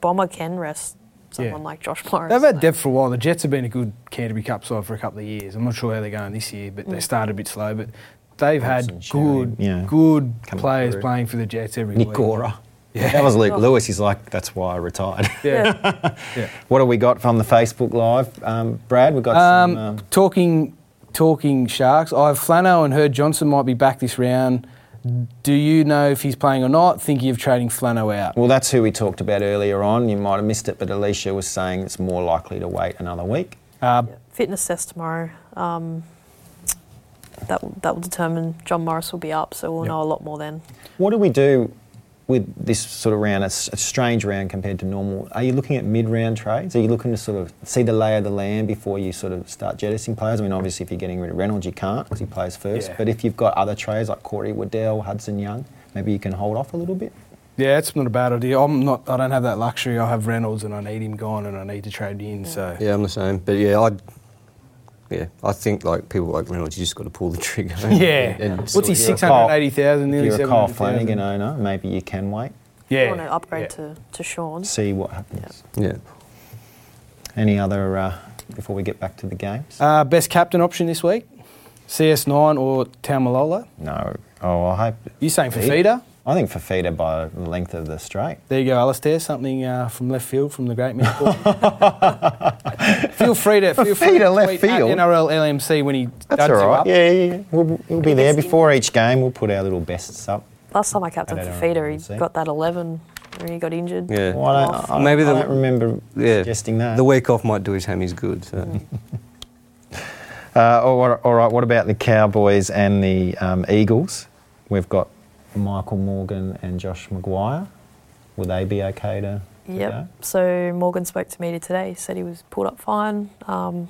Bomber can rest someone Yeah. like Josh Morris. They've had Like, depth for a while. The Jets have been a good Canterbury Cup side for a couple of years. I'm not sure how they're going this year, but they started a bit slow. But they've Thompson, had Sherry, good, yeah. good Come players through. playing for the Jets every Nick week. Gora. That was Oh. Luke Lewis. He's like, that's why I retired. Yeah. what have we got from the Facebook Live? Um, Brad, we've got Um, some. Um, talking, talking sharks. I've Flano and heard Johnson might be back this round. Do you know if he's playing or not? Thinking of trading Flano out. well, that's who we talked about earlier on. You might have missed it, but Alicia was saying it's more likely to wait another week. Uh, fitness test tomorrow. Um, that that will determine John Morris will be up, so we'll know a lot more then. What do we do with this sort of round? It's a strange round compared to normal. Are you looking at mid-round trades? Are you looking to sort of see the lay of the land before you sort of start jettisoning players? I mean, obviously, if you're getting rid of Reynolds, you can't because he plays first. Yeah. But if you've got other trades like Corey Waddell, Hudson Young, maybe you can hold off a little bit. Yeah, it's not a bad idea. I'm not. I don't have that luxury. I have Reynolds, and I need him gone, and I need to trade in. So Yeah, I'm the same. But yeah, I. Yeah, I think like people like Reynolds, you just got to pull the trigger. yeah. What's he? if you're a Six Kyle- hundred eighty thousand. Nearly if you're a Kyle 700,000. Flanagan uh, owner, maybe you can wait, Yeah. want to upgrade yeah. to, to Sean. see what happens. Yeah. Any other uh, before we get back to the games? Uh, best captain option this week, CS9 or Taumalola. no. Oh, I hope. You saying Fafita? Fafita? I think Fafita by the length of the straight. There you go, Alistair. Something uh, from left field from the great man. Paul. feel free to feel free Fafita to left tweet field? At NRL LMC when he That's duds all you right. up. Yeah, yeah, yeah. We'll, we'll be there before each game. We'll put our little bests up. Last time I captained I don't know, Fafita, he see. got that 11 when he got injured. Yeah. Well, I don't, I, Maybe Maybe I the- don't remember Yeah. suggesting that. The week off might do his hammies good. So. uh, all, right, all right, what about the Cowboys and the um, Eagles? We've got Michael Morgan and Josh Maguire. Will they be okay to? to Yep. go? So Morgan spoke to media today. He said he was pulled up fine. Um,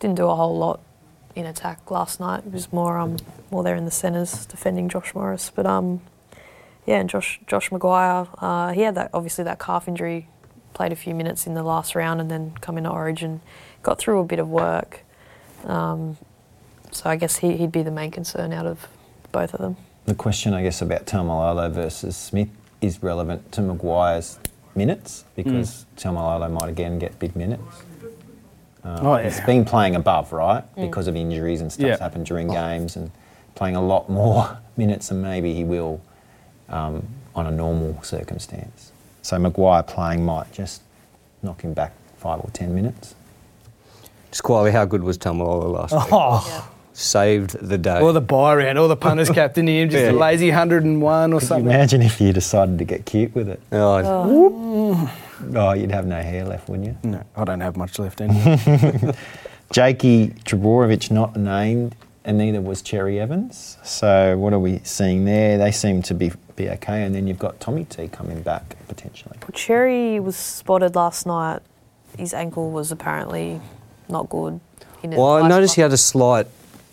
didn't do a whole lot in attack last night. It was more um, more there in the centres defending Josh Morris. But um, yeah, and Josh Josh Maguire. Uh, he had that obviously that calf injury. Played a few minutes in the last round and then come into Origin. Got through a bit of work. Um, so I guess he, he'd be the main concern out of both of them. The question, I guess, about Tamalolo versus Smith is relevant Mm. to Maguire's minutes because Tamalolo might again get big minutes. Um, Oh, yeah. Mm. He's been playing above, right? Because of injuries and stuff Yeah. that's happened during games and playing a lot more minutes than maybe he will um, on a normal circumstance. So Maguire playing might just knock him back five or ten minutes. Just quietly, how good was Tamalolo last week? Oh, Saved the day. or the buy round, or the punters captain him, just a Yeah. lazy 101 or Could you something. imagine if you decided to get cute with it? Oh, I- Oh, you'd have no hair left, wouldn't you? No, I don't have much left anyway. Jakey Treborovic not named, and neither was Cherry Evans. So what are we seeing there? They seem to be, be okay, and then you've got Tommy T coming back potentially. Cherry was spotted last night. His ankle was apparently not good. in a Well, I ice noticed he bucket. had a slight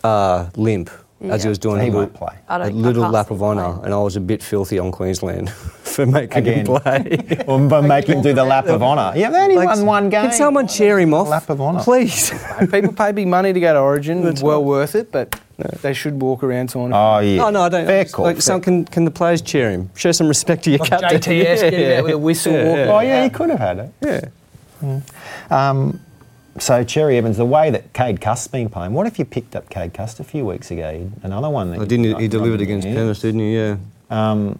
uh, limp as he Yeah. was doing So he a won't little, play. I a don't- I little can't lap see of him honour, playing. and I was a bit filthy on Queensland for making Again. him play. Or by making him do the lap of honour. Yeah, they only Like, won one game. Can someone cheer him off? Lap of honour. Please. People pay big money to go to Origin, well worth it, but they should walk around to Oh yeah. Oh, no, I don't. Fair like, call. fair some, can, can the players cheer him? Show some respect to your Like captain. JTS getting out with a whistle walking. Oh yeah, he could have had it. Um, yeah. So Cherry Evans, the way that Cade Cust's been playing, what if you picked up Cade Cust a few weeks ago? Another one that I you Oh, didn't. He not- delivered not- against yeah. Penrith, didn't he? Yeah,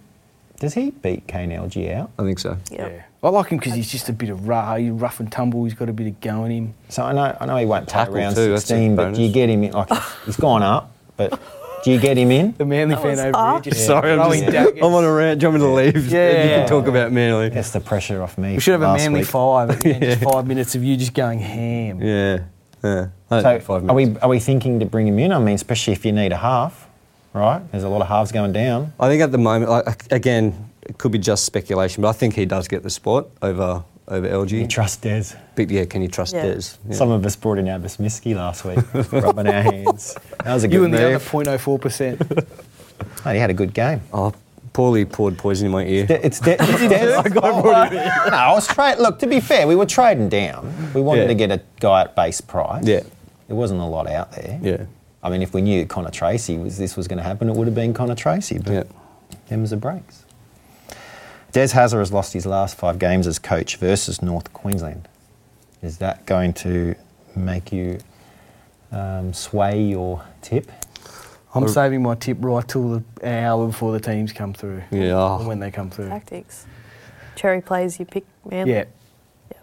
Does he beat Kane LG out? I think so. Yeah. I like him because he's just a bit of rah, he's rough and tumble, he's got a bit of go in him. So I know I know he won't play Tackle round too, that's a 16, but do you bonus. get him in? Like he's gone up, but do you get him in? The Manly That fan was over here harsh. just Sorry, I'm throwing just. daggers. I'm on a rant. Do you want me to leave? Yeah, you yeah. can talk about Manly. That's the pressure off me. We should have a last Manly week. five, and then just five minutes of you just going ham. Yeah. Yeah. So are we are we thinking to bring him in? I mean, especially if you need a half, right? There's a lot of halves going down. I think at the moment, I, I- again, it could be just speculation, but I think he does get the spot over over You LG. trust Des. but yeah, can you trust Yeah. Des? Yeah. Some of us brought in Abismiski last week, rubbing our hands. That was a good You and the other move. 0.04 percent. Oh, he had a good game. Oh, poorly poured poison in my ear. De- It's, de- it's Des. no, I was tra- look, to be fair, we were trading down. We wanted Yeah. to get a guy at base price. Yeah. There wasn't a lot out there. Yeah. I mean, if we knew Connor Tracy was this was going to happen, it would have been Connor Tracy. But Yeah. them as the breaks. Des Hazard has lost his last five games as coach versus North Queensland. Is that going to make you um, sway your tip? I'm saving my tip right till the hour before the teams come through. Yeah. Or When they come through. Tactics. Cherry plays, you pick man. Yeah.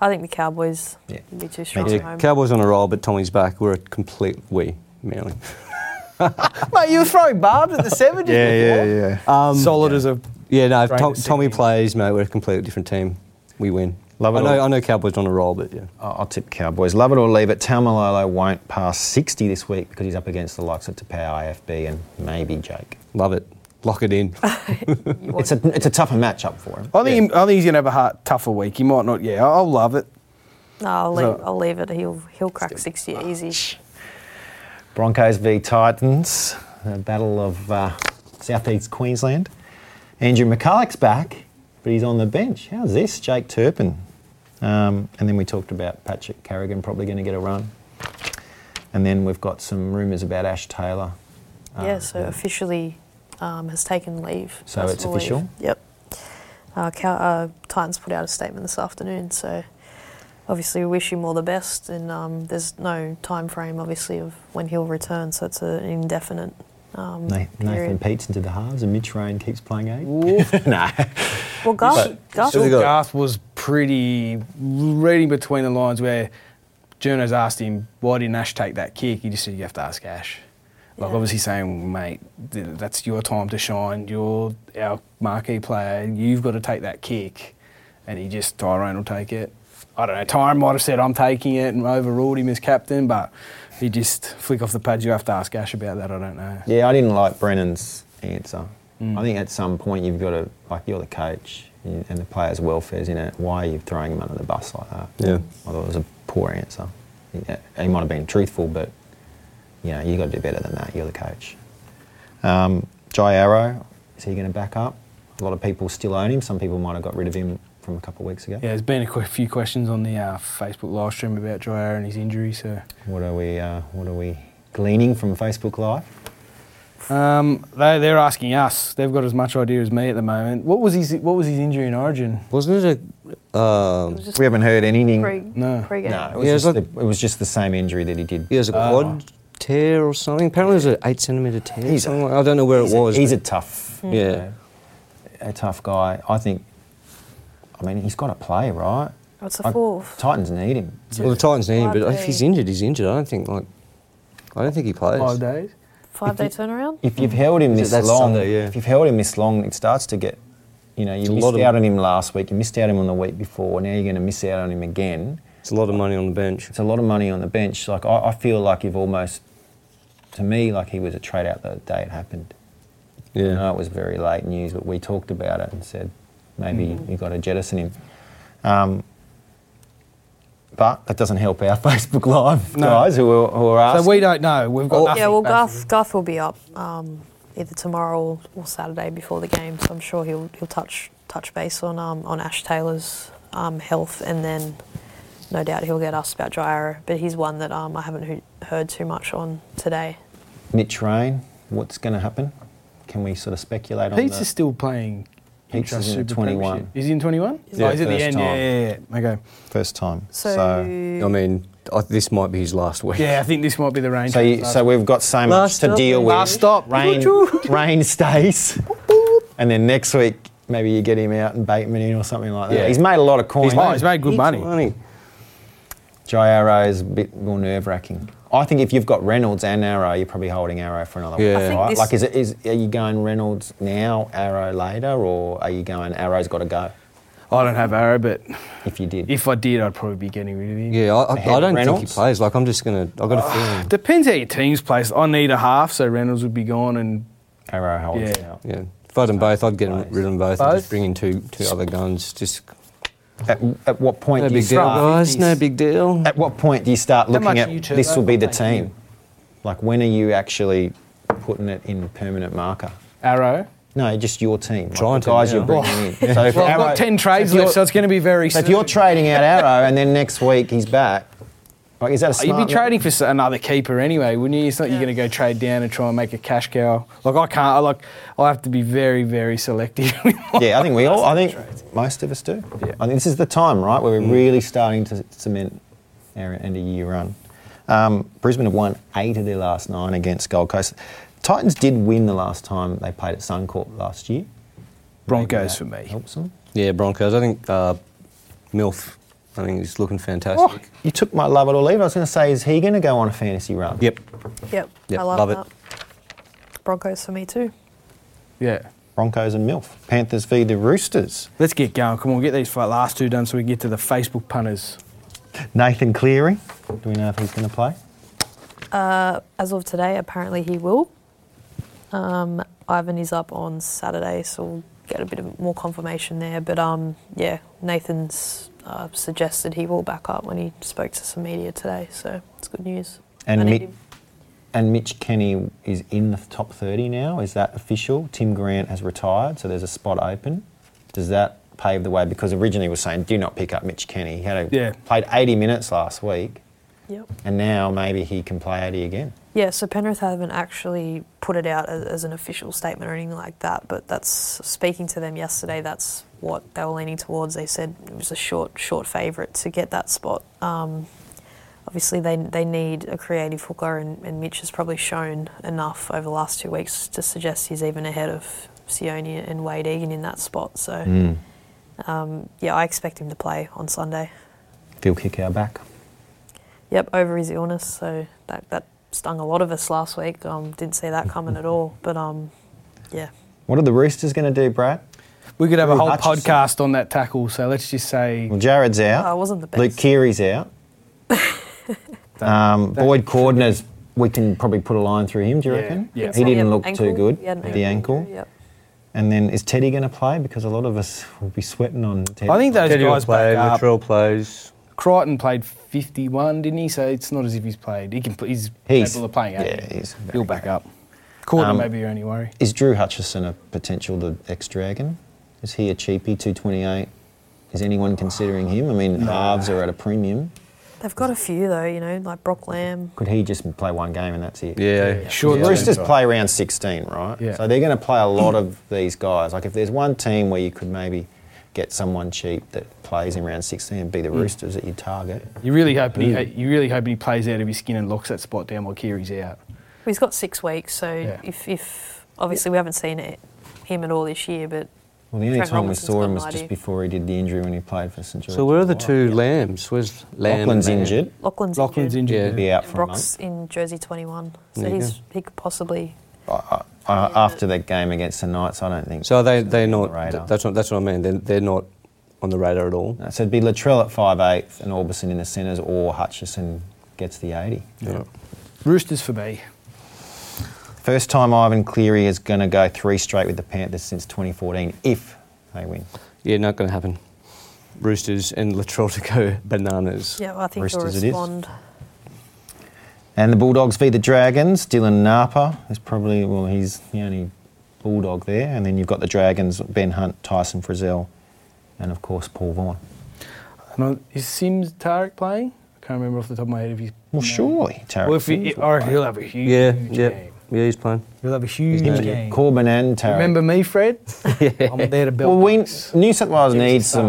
I think the Cowboys Yeah. would be too strong too. at Yeah, home. Cowboys on a roll, but Tommy's back. We're a complete we, Manly. Mate, you were throwing barbs at the seven Um, just before. yeah. Solid as a. Yeah, no, if Great Tom, at Tommy Sydney. plays, mate, we're a completely different team. We win. Love it I know, all. I know Cowboys on a roll, but yeah. I'll I'll tip Cowboys. Love it or leave it. Tamalolo won't pass 60 this week because he's up against the likes of Tapau IFB and maybe Jake. Love it. Lock it in. You It's a, it's a tougher matchup for him. I think, I think he's going to have a hard, tougher week. He might not, yeah. I'll love it. No, I'll So- leave, I'll leave it. He'll he'll crack sixty easy. Broncos v Titans, the battle of uh, southeast Queensland. Andrew McCulloch's back, but he's on the bench. How's this, Jake Turpin? Um, and then we talked about Patrick Carrigan probably going to get a run. And then we've got some rumours about Ash Taylor. yeah, so officially um, has taken leave. Um, So That's it's the leave. official? Yep. Uh, Cow- uh, Titans put out a statement this afternoon, so obviously we wish him all the best, and um, there's no time frame obviously of when he'll return, so it's an indefinite. Um, Na- Nathan period. Pete's into the halves and Mitch Rain keeps playing eight. no. Well, Garth, Garth Still got- Garth was pretty reading between the lines where Journo's asked him, why didn't Ash take that kick? He just said, you have to ask Ash. Like, Yeah. obviously saying, mate, th- that's your time to shine. You're our marquee player. You've got to take that kick. And he just, Tyrone will take it. I don't know. Tyrone might have said, I'm taking it and overruled him as captain, but he just flick off the pad. You have to ask Ash about that. I don't know. Yeah, I didn't like Brennan's answer. I think at some point you've got to, like, you're the coach you- and the players' welfare's in it. Why are you throwing him under the bus like that? Yeah. I thought it was a poor answer. Yeah, He might have been truthful, but you know you got to do better than that. You're the coach. Um, Jai Arrow, is he going to back up? A lot of people still own him. Some people might have got rid of him from a couple of weeks ago. Yeah, there's been a qu- few questions on the uh, Facebook live stream about Jair and his injury, so. What are we? Uh, what are we gleaning from Facebook Live? Um, they, they're asking us. They've got as much idea as me at the moment. What was his What was his injury in Origin? Wasn't it a. Um, Just We haven't heard anything. pre, No. pre-game. No, it was, Yeah, it's just like- the, it was just the same injury that he did. Uh, he has a quad tear or something. Apparently, it was an eight centimetre tear. He's a- something like- I don't know where it He's a- was. he's a but- tough, Mm. you Yeah. know, a tough guy. I think. I mean, he's got to play, right? Oh, it's the I- fourth. Titans need him. well, the Titans need him, but Bloody. if he's injured, he's injured. I don't think, like. I don't think he plays. Five days. Five day turnaround. If you've held him Is it this that long, Hmm. Sunday, yeah. if you've held him this long, it starts to get. You know, you a missed lot of- out on him last week. You missed out on him on the week before. Now you're going to miss out on him again. It's a lot of money on the bench. It's a lot of money on the bench. Like I, I feel like you've almost, to me, like he was a trade out the day it happened. Yeah. I know it was very late news, but we talked about it and said maybe you've got to jettison him. Um, but that doesn't help our Facebook Live No. guys who are, who are asking. So we don't know. We've got Or- nothing. Yeah, well, basically. Garth, Garth will be up um, either tomorrow or, or Saturday before the game, so I'm sure he'll he'll touch touch base on um, on Ash Taylor's um, health, and then no doubt he'll get asked about Gyro. But he's one that um, I haven't he- heard too much on today. Mitch Rain, what's going to happen? Can we sort of speculate on Pete's that? is still playing. Pete's intra- is in the Super 21. Premiership. Is he in 21? Yeah, oh, he's at the first end. time. Yeah, yeah, yeah. Okay. First time. So, I mean, I, this might be his last week. Yeah, I think this might be the range. So, you, so we've got so much Last to stop. eh? deal with. Last stop. Rain, rain stays. And then next week, maybe you get him out and Bateman in or something like that. Yeah. He's made a lot of coins. made- he's made good Heaps money. of money. Jai Arrow is a bit more nerve wracking. I think if you've got Reynolds and Arrow, you're probably holding Arrow for another Yeah. I week, think right? this- Like, is, it, is are you going Reynolds now, Arrow later, or are you going Arrow's got to go? I don't have Arrow, but If you did, if I did, I'd probably be getting rid of him. Yeah, I, Ahead I, I of don't think Reynolds? he plays. Like, I'm just gonna. I got a feeling. Depends how your team's placed. I need a half, so Reynolds would be gone and Arrow holds Yeah. out. Yeah, if I had them both, I'd get Plays. rid of them both, and Both? just bring in two two other guns. Just At, at what point no do you big deal, start? guys. No big deal. At what point do you start looking much at you two- this will be the Thank team? you. Like, when are you actually putting it in permanent marker? Arrow. No, just your team. Like Trying the to guys now. you're bringing in. So if Well, I've Arrow- got 10 trades if you're- left, so it's going to be very So if soon. you're trading out Arrow and then next week he's back, like, is that a smart Oh, You'd be move? trading for s- another keeper anyway, wouldn't you? It's not you're going to go trade down and try and make a cash cow. Like I can't. I like I have to be very, very selective. with my- Yeah, I think we all. I think most of us do. I think this is the time, right, where Mm. we're really starting to cement our end of year run. Um, Brisbane have won eight of their last nine against Gold Coast. Titans did win the last time they played at Suncorp last year. Broncos for me. Helps them. Yeah, Broncos. I think uh, Milf. I think he's looking fantastic. You took my love it or leave it. I was going to say, is he going to go on a fantasy run? Yep. Yep, Yep, I love, love it. that. Broncos for me too. Yeah. Broncos and MILF. Panthers v the Roosters. Let's get going. Come on, get these fi- last two done so we can get to the Facebook punters. Nathan Cleary. Do we know if he's going to play? uh, As of today, apparently he will. Um, Ivan is up on Saturday, so we'll get a bit of more confirmation there. But um, yeah, Nathan's uh, suggested he will back up when he spoke to some media today, so it's good news. And I need Mick- him. And Mitch Kenny is in the top 30 now. Is that official? Tim Grant has retired, so there's a spot open. Does that pave the way? Because originally we were saying, do not pick up Mitch Kenny. He had a, Yeah. played 80 minutes last week, Yep. and now maybe he can play 80 again. Yeah, so Penrith haven't actually put it out as, as an official statement or anything like that, but that's speaking to them yesterday. That's what they were leaning towards. They said it was a short, short favourite to get that spot. Um, obviously, they they need a creative hooker, and, and Mitch has probably shown enough over the last two weeks to suggest he's even ahead of Sione and Wade Egan in that spot. So, um, yeah, I expect him to play on Sunday. Phil Kickow back. Yep, over his illness. So that that stung a lot of us last week. Um, didn't see that coming at all. But um, yeah, What are the Roosters going to do, Brad? We could have a Ooh, whole Hutchison. podcast on that tackle. So let's just say Well, Jared's out. I wasn't the best. Luke Keary's out. um, that- Boyd Cordner's, we can probably put a line through him, do you Yeah, reckon? yeah. He didn't Yep, look ankle. too good. He had an the ankle. injury, Yep. And then is Teddy going to play? Because a lot of us will be sweating on Teddy. I think those guys played. back up. Latrell plays. Crichton played 51, didn't he? So it's not as if he's played. He can. pl- He's, He's- capable of playing. eight. yeah, he's very He'll back up. Corner Um, may be your only worry. Is Drew Hutchison a potential the ex Dragon? Is he a cheapie, 228? Is anyone considering him? I mean, halves are at a premium. They've got a few though, you know, like Brock Lamb. Could he just play one game and that's it? Yeah. Sure. The Roosters Yeah. play round 16, right? Yeah. So they're going to play a lot of these guys. Like, if there's one team where you could maybe get someone cheap that plays in round 16 and be Hmm. the Roosters that you target. You really hope he, uh, you really hope he plays out of his skin and locks that spot down while Keary's out. He's got six weeks, so Yeah. if, if obviously we haven't seen it, him at all this year, but Well, the only Trent time Robinson's we saw got him was just 90. before he did the injury when he played for St. George. So where are the two lambs? Where's Lamb? Auckland's and Lamb? injured. Lachlan's, Lachlan's injured. Yeah. injured. He'll be out And for a Brock's month. in jersey 21, so There you he's he could possibly. Uh, after that game against the Knights, I don't think. So they they're on the not. radar. that's what that's what I mean. They're, they're not on the radar at all. Uh, So it'd be Latrell at 5'8 and Orbison in the centres, or Hutchison gets the 80. Yeah. Roosters for me. First time Ivan Cleary is going to go three straight with the Panthers since 2014 if they win. Yeah, not going to happen. Roosters and Latrell to go bananas. Yeah, well, I think Roosters he'll it is. respond. And the Bulldogs feed the Dragons. Dylan Napa is probably, well, he's the only Bulldog there. And then you've got the Dragons, Ben Hunt, Tyson Frizzell, and of course Paul Vaughan. And I- is Sims Tarek playing? I can't remember off the top of my head if he's. Well, surely, Tarek. Well, if he, Sims will or play. he'll have a huge, Yeah, yeah, game. yeah. He's playing. He'll have a huge He's game. Corbin and Tarek. Remember me, Fred? I'm there to build. well, we, things. New South Wales Give us a needs star.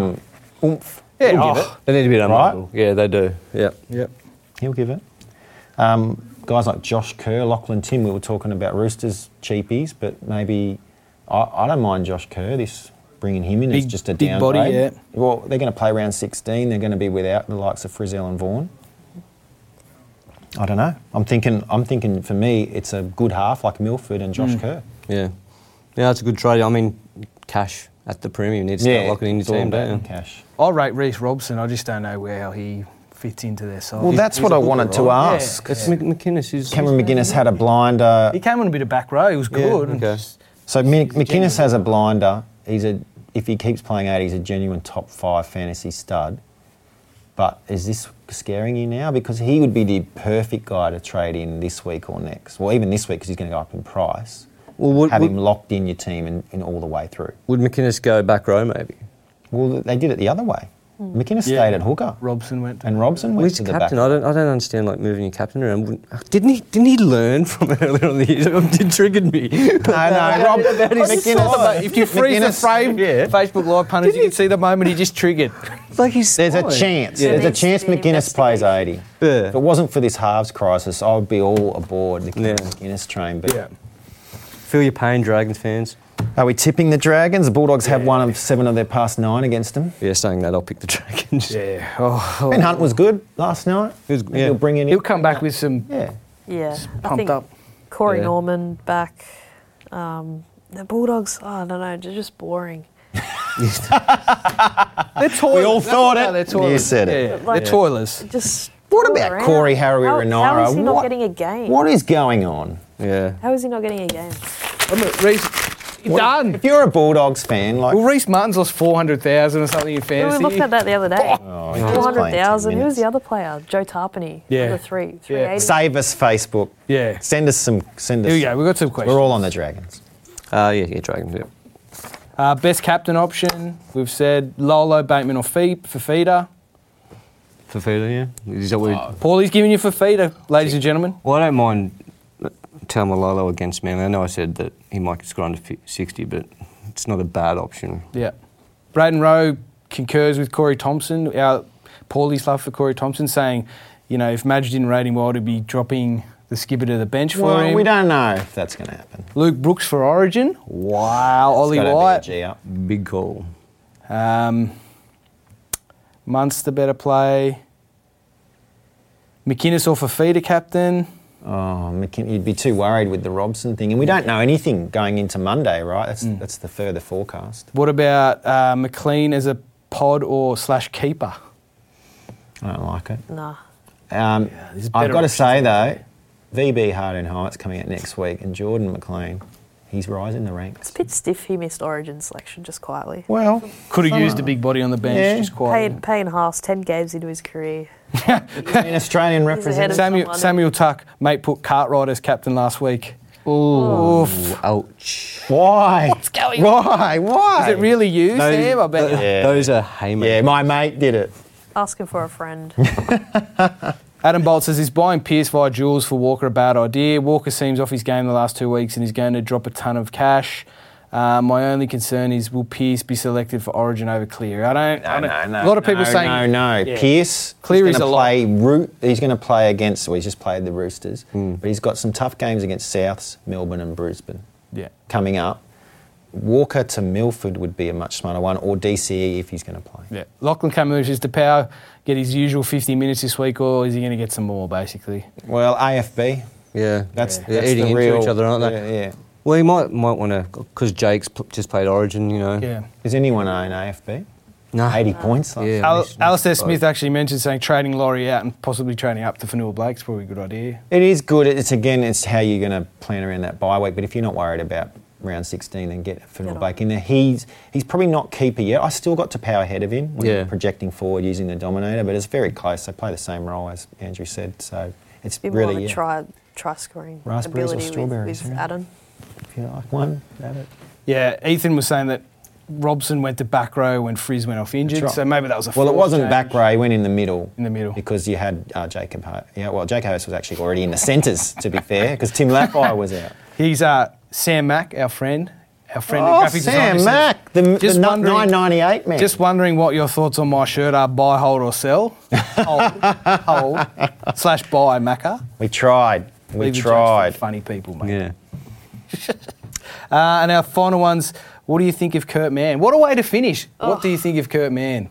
some oomph. Yeah, he'll give oh. it. They need to be done. Right. Right? Yeah, they do. Yeah. Yep. He'll give it. Um, guys like Josh Kerr, Lachlan Tim, we were talking about Roosters cheapies, but maybe I, I don't mind Josh Kerr. This bringing him in is Big- just a big body, downgrade. yeah. Well, they're going to play round 16. They're going to be without the likes of Frizzell and Vaughan. I don't know. I'm thinking. I'm thinking. For me, it's a good half like Milford and Josh Kerr. Yeah. Yeah, it's a good trade. I mean, cash at the premium. You need to start locking in your it's all team, about don't you? Cash. I rate Reese Robson. I just don't know where how he fits into their side. Well, that's he's what a I hooker, wanted to right? ask. It's Mc McInnes. He's, Cameron he's- McGuinness had a blinder. he came on a bit of back row. He was Yeah, good. okay. So Mc- McInnes has a blinder. He's a if he keeps playing out, he's a genuine top five fantasy stud. But is this scaring you now? Because he would be the perfect guy to trade in this week or next. Well, even this week because he's going to go up in price. Well, would, Have would, him locked in your team and, and all the way through. would McInnes go back row maybe? Well, they did it the other way. McInnes Hmm. Yeah. stayed at hooker, Robson went. To and Robson went Where's to the the back. captain? I don't. I don't understand like moving your captain around. Wouldn't- uh, Didn't he? Didn't he learn from earlier on the year? It triggered me. No, no, Rob. McInnes. if you freeze the McInnes- frame, Yeah. Facebook Live punters, you can see the moment he just triggered. like he's. There's a fine. chance. Yeah. There's a Needs to chance be McGuinness plays 80. Yeah. If it wasn't for this halves crisis, I would be all aboard the Yeah. McGuinness train. But Feel your pain, Dragons fans. are we tipping the Dragons? The Bulldogs have one of seven of their past nine against them. Yeah, saying that, I'll pick the Dragons. Yeah. Oh, Ben Hunt was good last night. He was- Maybe yeah. He'll bring in. he'll come back with some. Yeah. Yeah, I pumped think up. Corey Yeah. Norman back. Um, the Bulldogs, oh, I don't know, they're just boring. They're toilers. all That's thought how it. They're toilers. You said it. Yeah, Like- they're toilers. Just What all about around. Corey Harry how, Renara? How is he not What- getting a game? What is going on? Yeah. How is he not getting a game? I'm a- Reece, What- done. If you're a Bulldogs fan, like Well, Reese Martin's lost 400,000 or something in Yeah, fantasy. we looked at that the other day. Oh, he was playing 400,000. two Who was the minutes. other player? Joe Tarpany. Yeah. The three. Yeah. 380. Save us, Facebook. Yeah. Send us some. Send us. Here we go. We've got some questions. We're all on the Dragons. Uh, yeah, yeah, Dragons. Yeah. Uh, best captain option, we've said Lolo, Bateman, or Fee- Fafita. Fafita, yeah. Is that what? you- Paulie's giving you Fafita, ladies and gentlemen. Well, I don't mind Tamalolo against Manly. I know I said that he might get scored under fi- 60, but it's not a bad option. Yeah. Braden Rowe concurs with Corey Thompson, our Paulie's love for Corey Thompson, saying, you know, if Madge didn't rate him well, to be dropping the skipper to the bench for Well, him. we don't know if that's going to happen. Luke Brooks for Origin. Wow. Ollie It's gotta be a White. G up. Big call. Um, Munster better play. McInnes or Fafita captain. Oh, McKin- you'd be too worried with the Robson thing, and we don't know anything going into Monday, right? That's Mm. that's the further forecast. What about uh, McLean as a pod or slash keeper? I don't like it. Nah. Um, there's I've better got to options say though, VB Hard and Heights coming out next week, and Jordan McLean, he's rising the ranks. Bit stiff he missed Origin selection just quietly. Well, Could have used a big body on the bench, Yeah. just Payne, quiet. Payne Haas, 10 games into his career. an Australian representative. ahead Samuel, Someone- Samuel Tuck, mate, put Cartwright as captain last week. Oof. Ouch. Why? What's going Why? Why? Is it really you, Sam? I bet. Yeah. Those are haymakers. Yeah, my mate did it. Ask him for a friend. Adam Bolt says, Is buying Pierce via Jules for Walker a bad idea? Walker seems off his game the last two weeks and he's going to drop a ton of cash. Uh, my only concern is, will Pierce be selected for Origin over Clear? I don't. I No, don't- no, no, a lot of people no, saying. no, no. Yeah. Pierce is Cleary's a going to lot. play root. He's going to play against. Well, he's just played the Roosters, Hmm. but he's got some tough games against Souths, Melbourne, and Brisbane Yeah. coming up. Walker to Milford would be a much smarter one, or DCE if he's going to play. Yeah. Lachlan Camus is to power, get his usual 50 minutes this week, or is he going to get some more, basically? Well, AFB. Yeah, That's, yeah, that's eating the into real, each other, aren't they? Yeah, yeah. Well, you might might want to because Jake's pl- just played Origin, you know. Yeah. Does anyone own AFB? No. 80 points. Uh, last Yeah. night. Al- Nice, nice Alistair bloke. Smith actually mentioned saying trading Laurie out and possibly trading up to Fanua Blake's probably a good idea. It is good. It's again, it's how you're going to plan around that bye week. But if you're not worried about round 16, then get Fennel on. Blake in there. He's he's probably not keeper yet. I still got to power ahead of him when Yeah. projecting forward using the Dominator, but it's very close. They play the same role as Andrew said, so it's Be more really of a yeah. try, try scoring Raspberries or ability strawberries, with, with yeah. Adam. If you like one, have it. Yeah, Ethan was saying that Robson went to back row when Frizz went off injured, right. so maybe that was a Well, it forced wasn't change. back row. He went in the middle. In the middle. Because you had uh, Jacob. Ho- yeah, well, Jacob Hurst was actually already in the centres, to be fair, because Tim Laffey was out. He's uh, Sam Mack, our friend, our friend. Oh, at graphic design. Sam Mack, the, the Just nu- wondering- 998 man. Just wondering what your thoughts on my shirt are: buy, hold, or sell? hold, hold slash buy, Macca. we tried. We Leave the jokes for tried. the funny people, mate. Yeah. Uh, and our final ones. What do you think of Kurt Mann? What a way to finish. What do you think of Kurt Mann?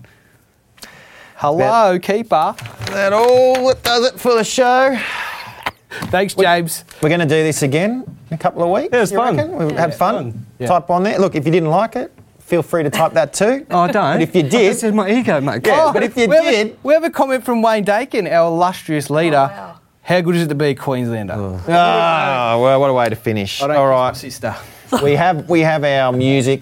Hello, keeper. That all that does it for the show. Thanks, James. We're going to do this again in a couple of weeks. Yeah, it was you fun. reckon? We had fun. Yeah. Type on there. Look, if you didn't like it, feel free to type that too. Oh, I don't. But if you this did, is my ego, mate. Yeah, Oh, but if you we have a- did- we have a comment from Wayne Dakin, our illustrious leader. wow. How good is it to be a Queenslander? Oh. ah, well, what a way to finish. I don't All kiss my right, sister. we have we have our music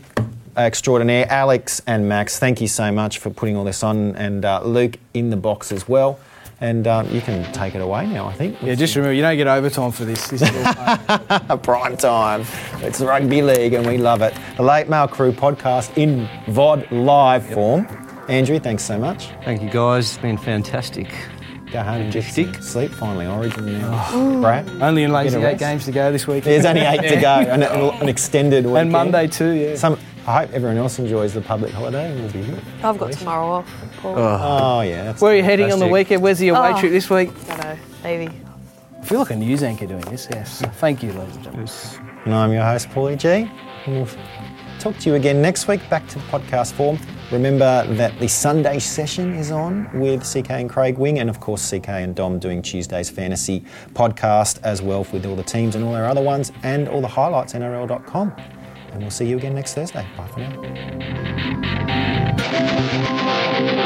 extraordinaire, Alex and Max. Thank you so much for putting all this on, and uh, Luke in the box as well. And uh, you can take it away now. I think. Yeah, just remember, you don't get overtime for this. This is all part a prime time. It's rugby league and we love it. The Late Mail Crew podcast in VOD live form. Andrew, thanks so much. Thank you guys. It's been fantastic. Go home and just Fantastic. sleep finally. Origin Oh. now. Brad? Only in lazy Get a eight rest. games to go this week. There's only eight to go, an, an extended weekend. and Monday too. Yeah. Some, I hope everyone else enjoys the public holiday and we'll be here. I've got tomorrow off. Paul. Oh, yeah. that's- Where are you heading on the Fantastic. weekend? Where's the away Oh. trip this week? I don't know, maybe. I feel like a news anchor doing this. Yes. Thank you, ladies and gentlemen. And I'm your host, Paulie G. And we'll talk to you again next week, back to podcast form. Remember that the Sunday session is on with CK and Craig Wing, and of course, CK and Dom doing Tuesday's fantasy podcast as well with all the teams and all our other ones and all the highlights, NRL.com. And we'll see you again next Thursday. Bye for now.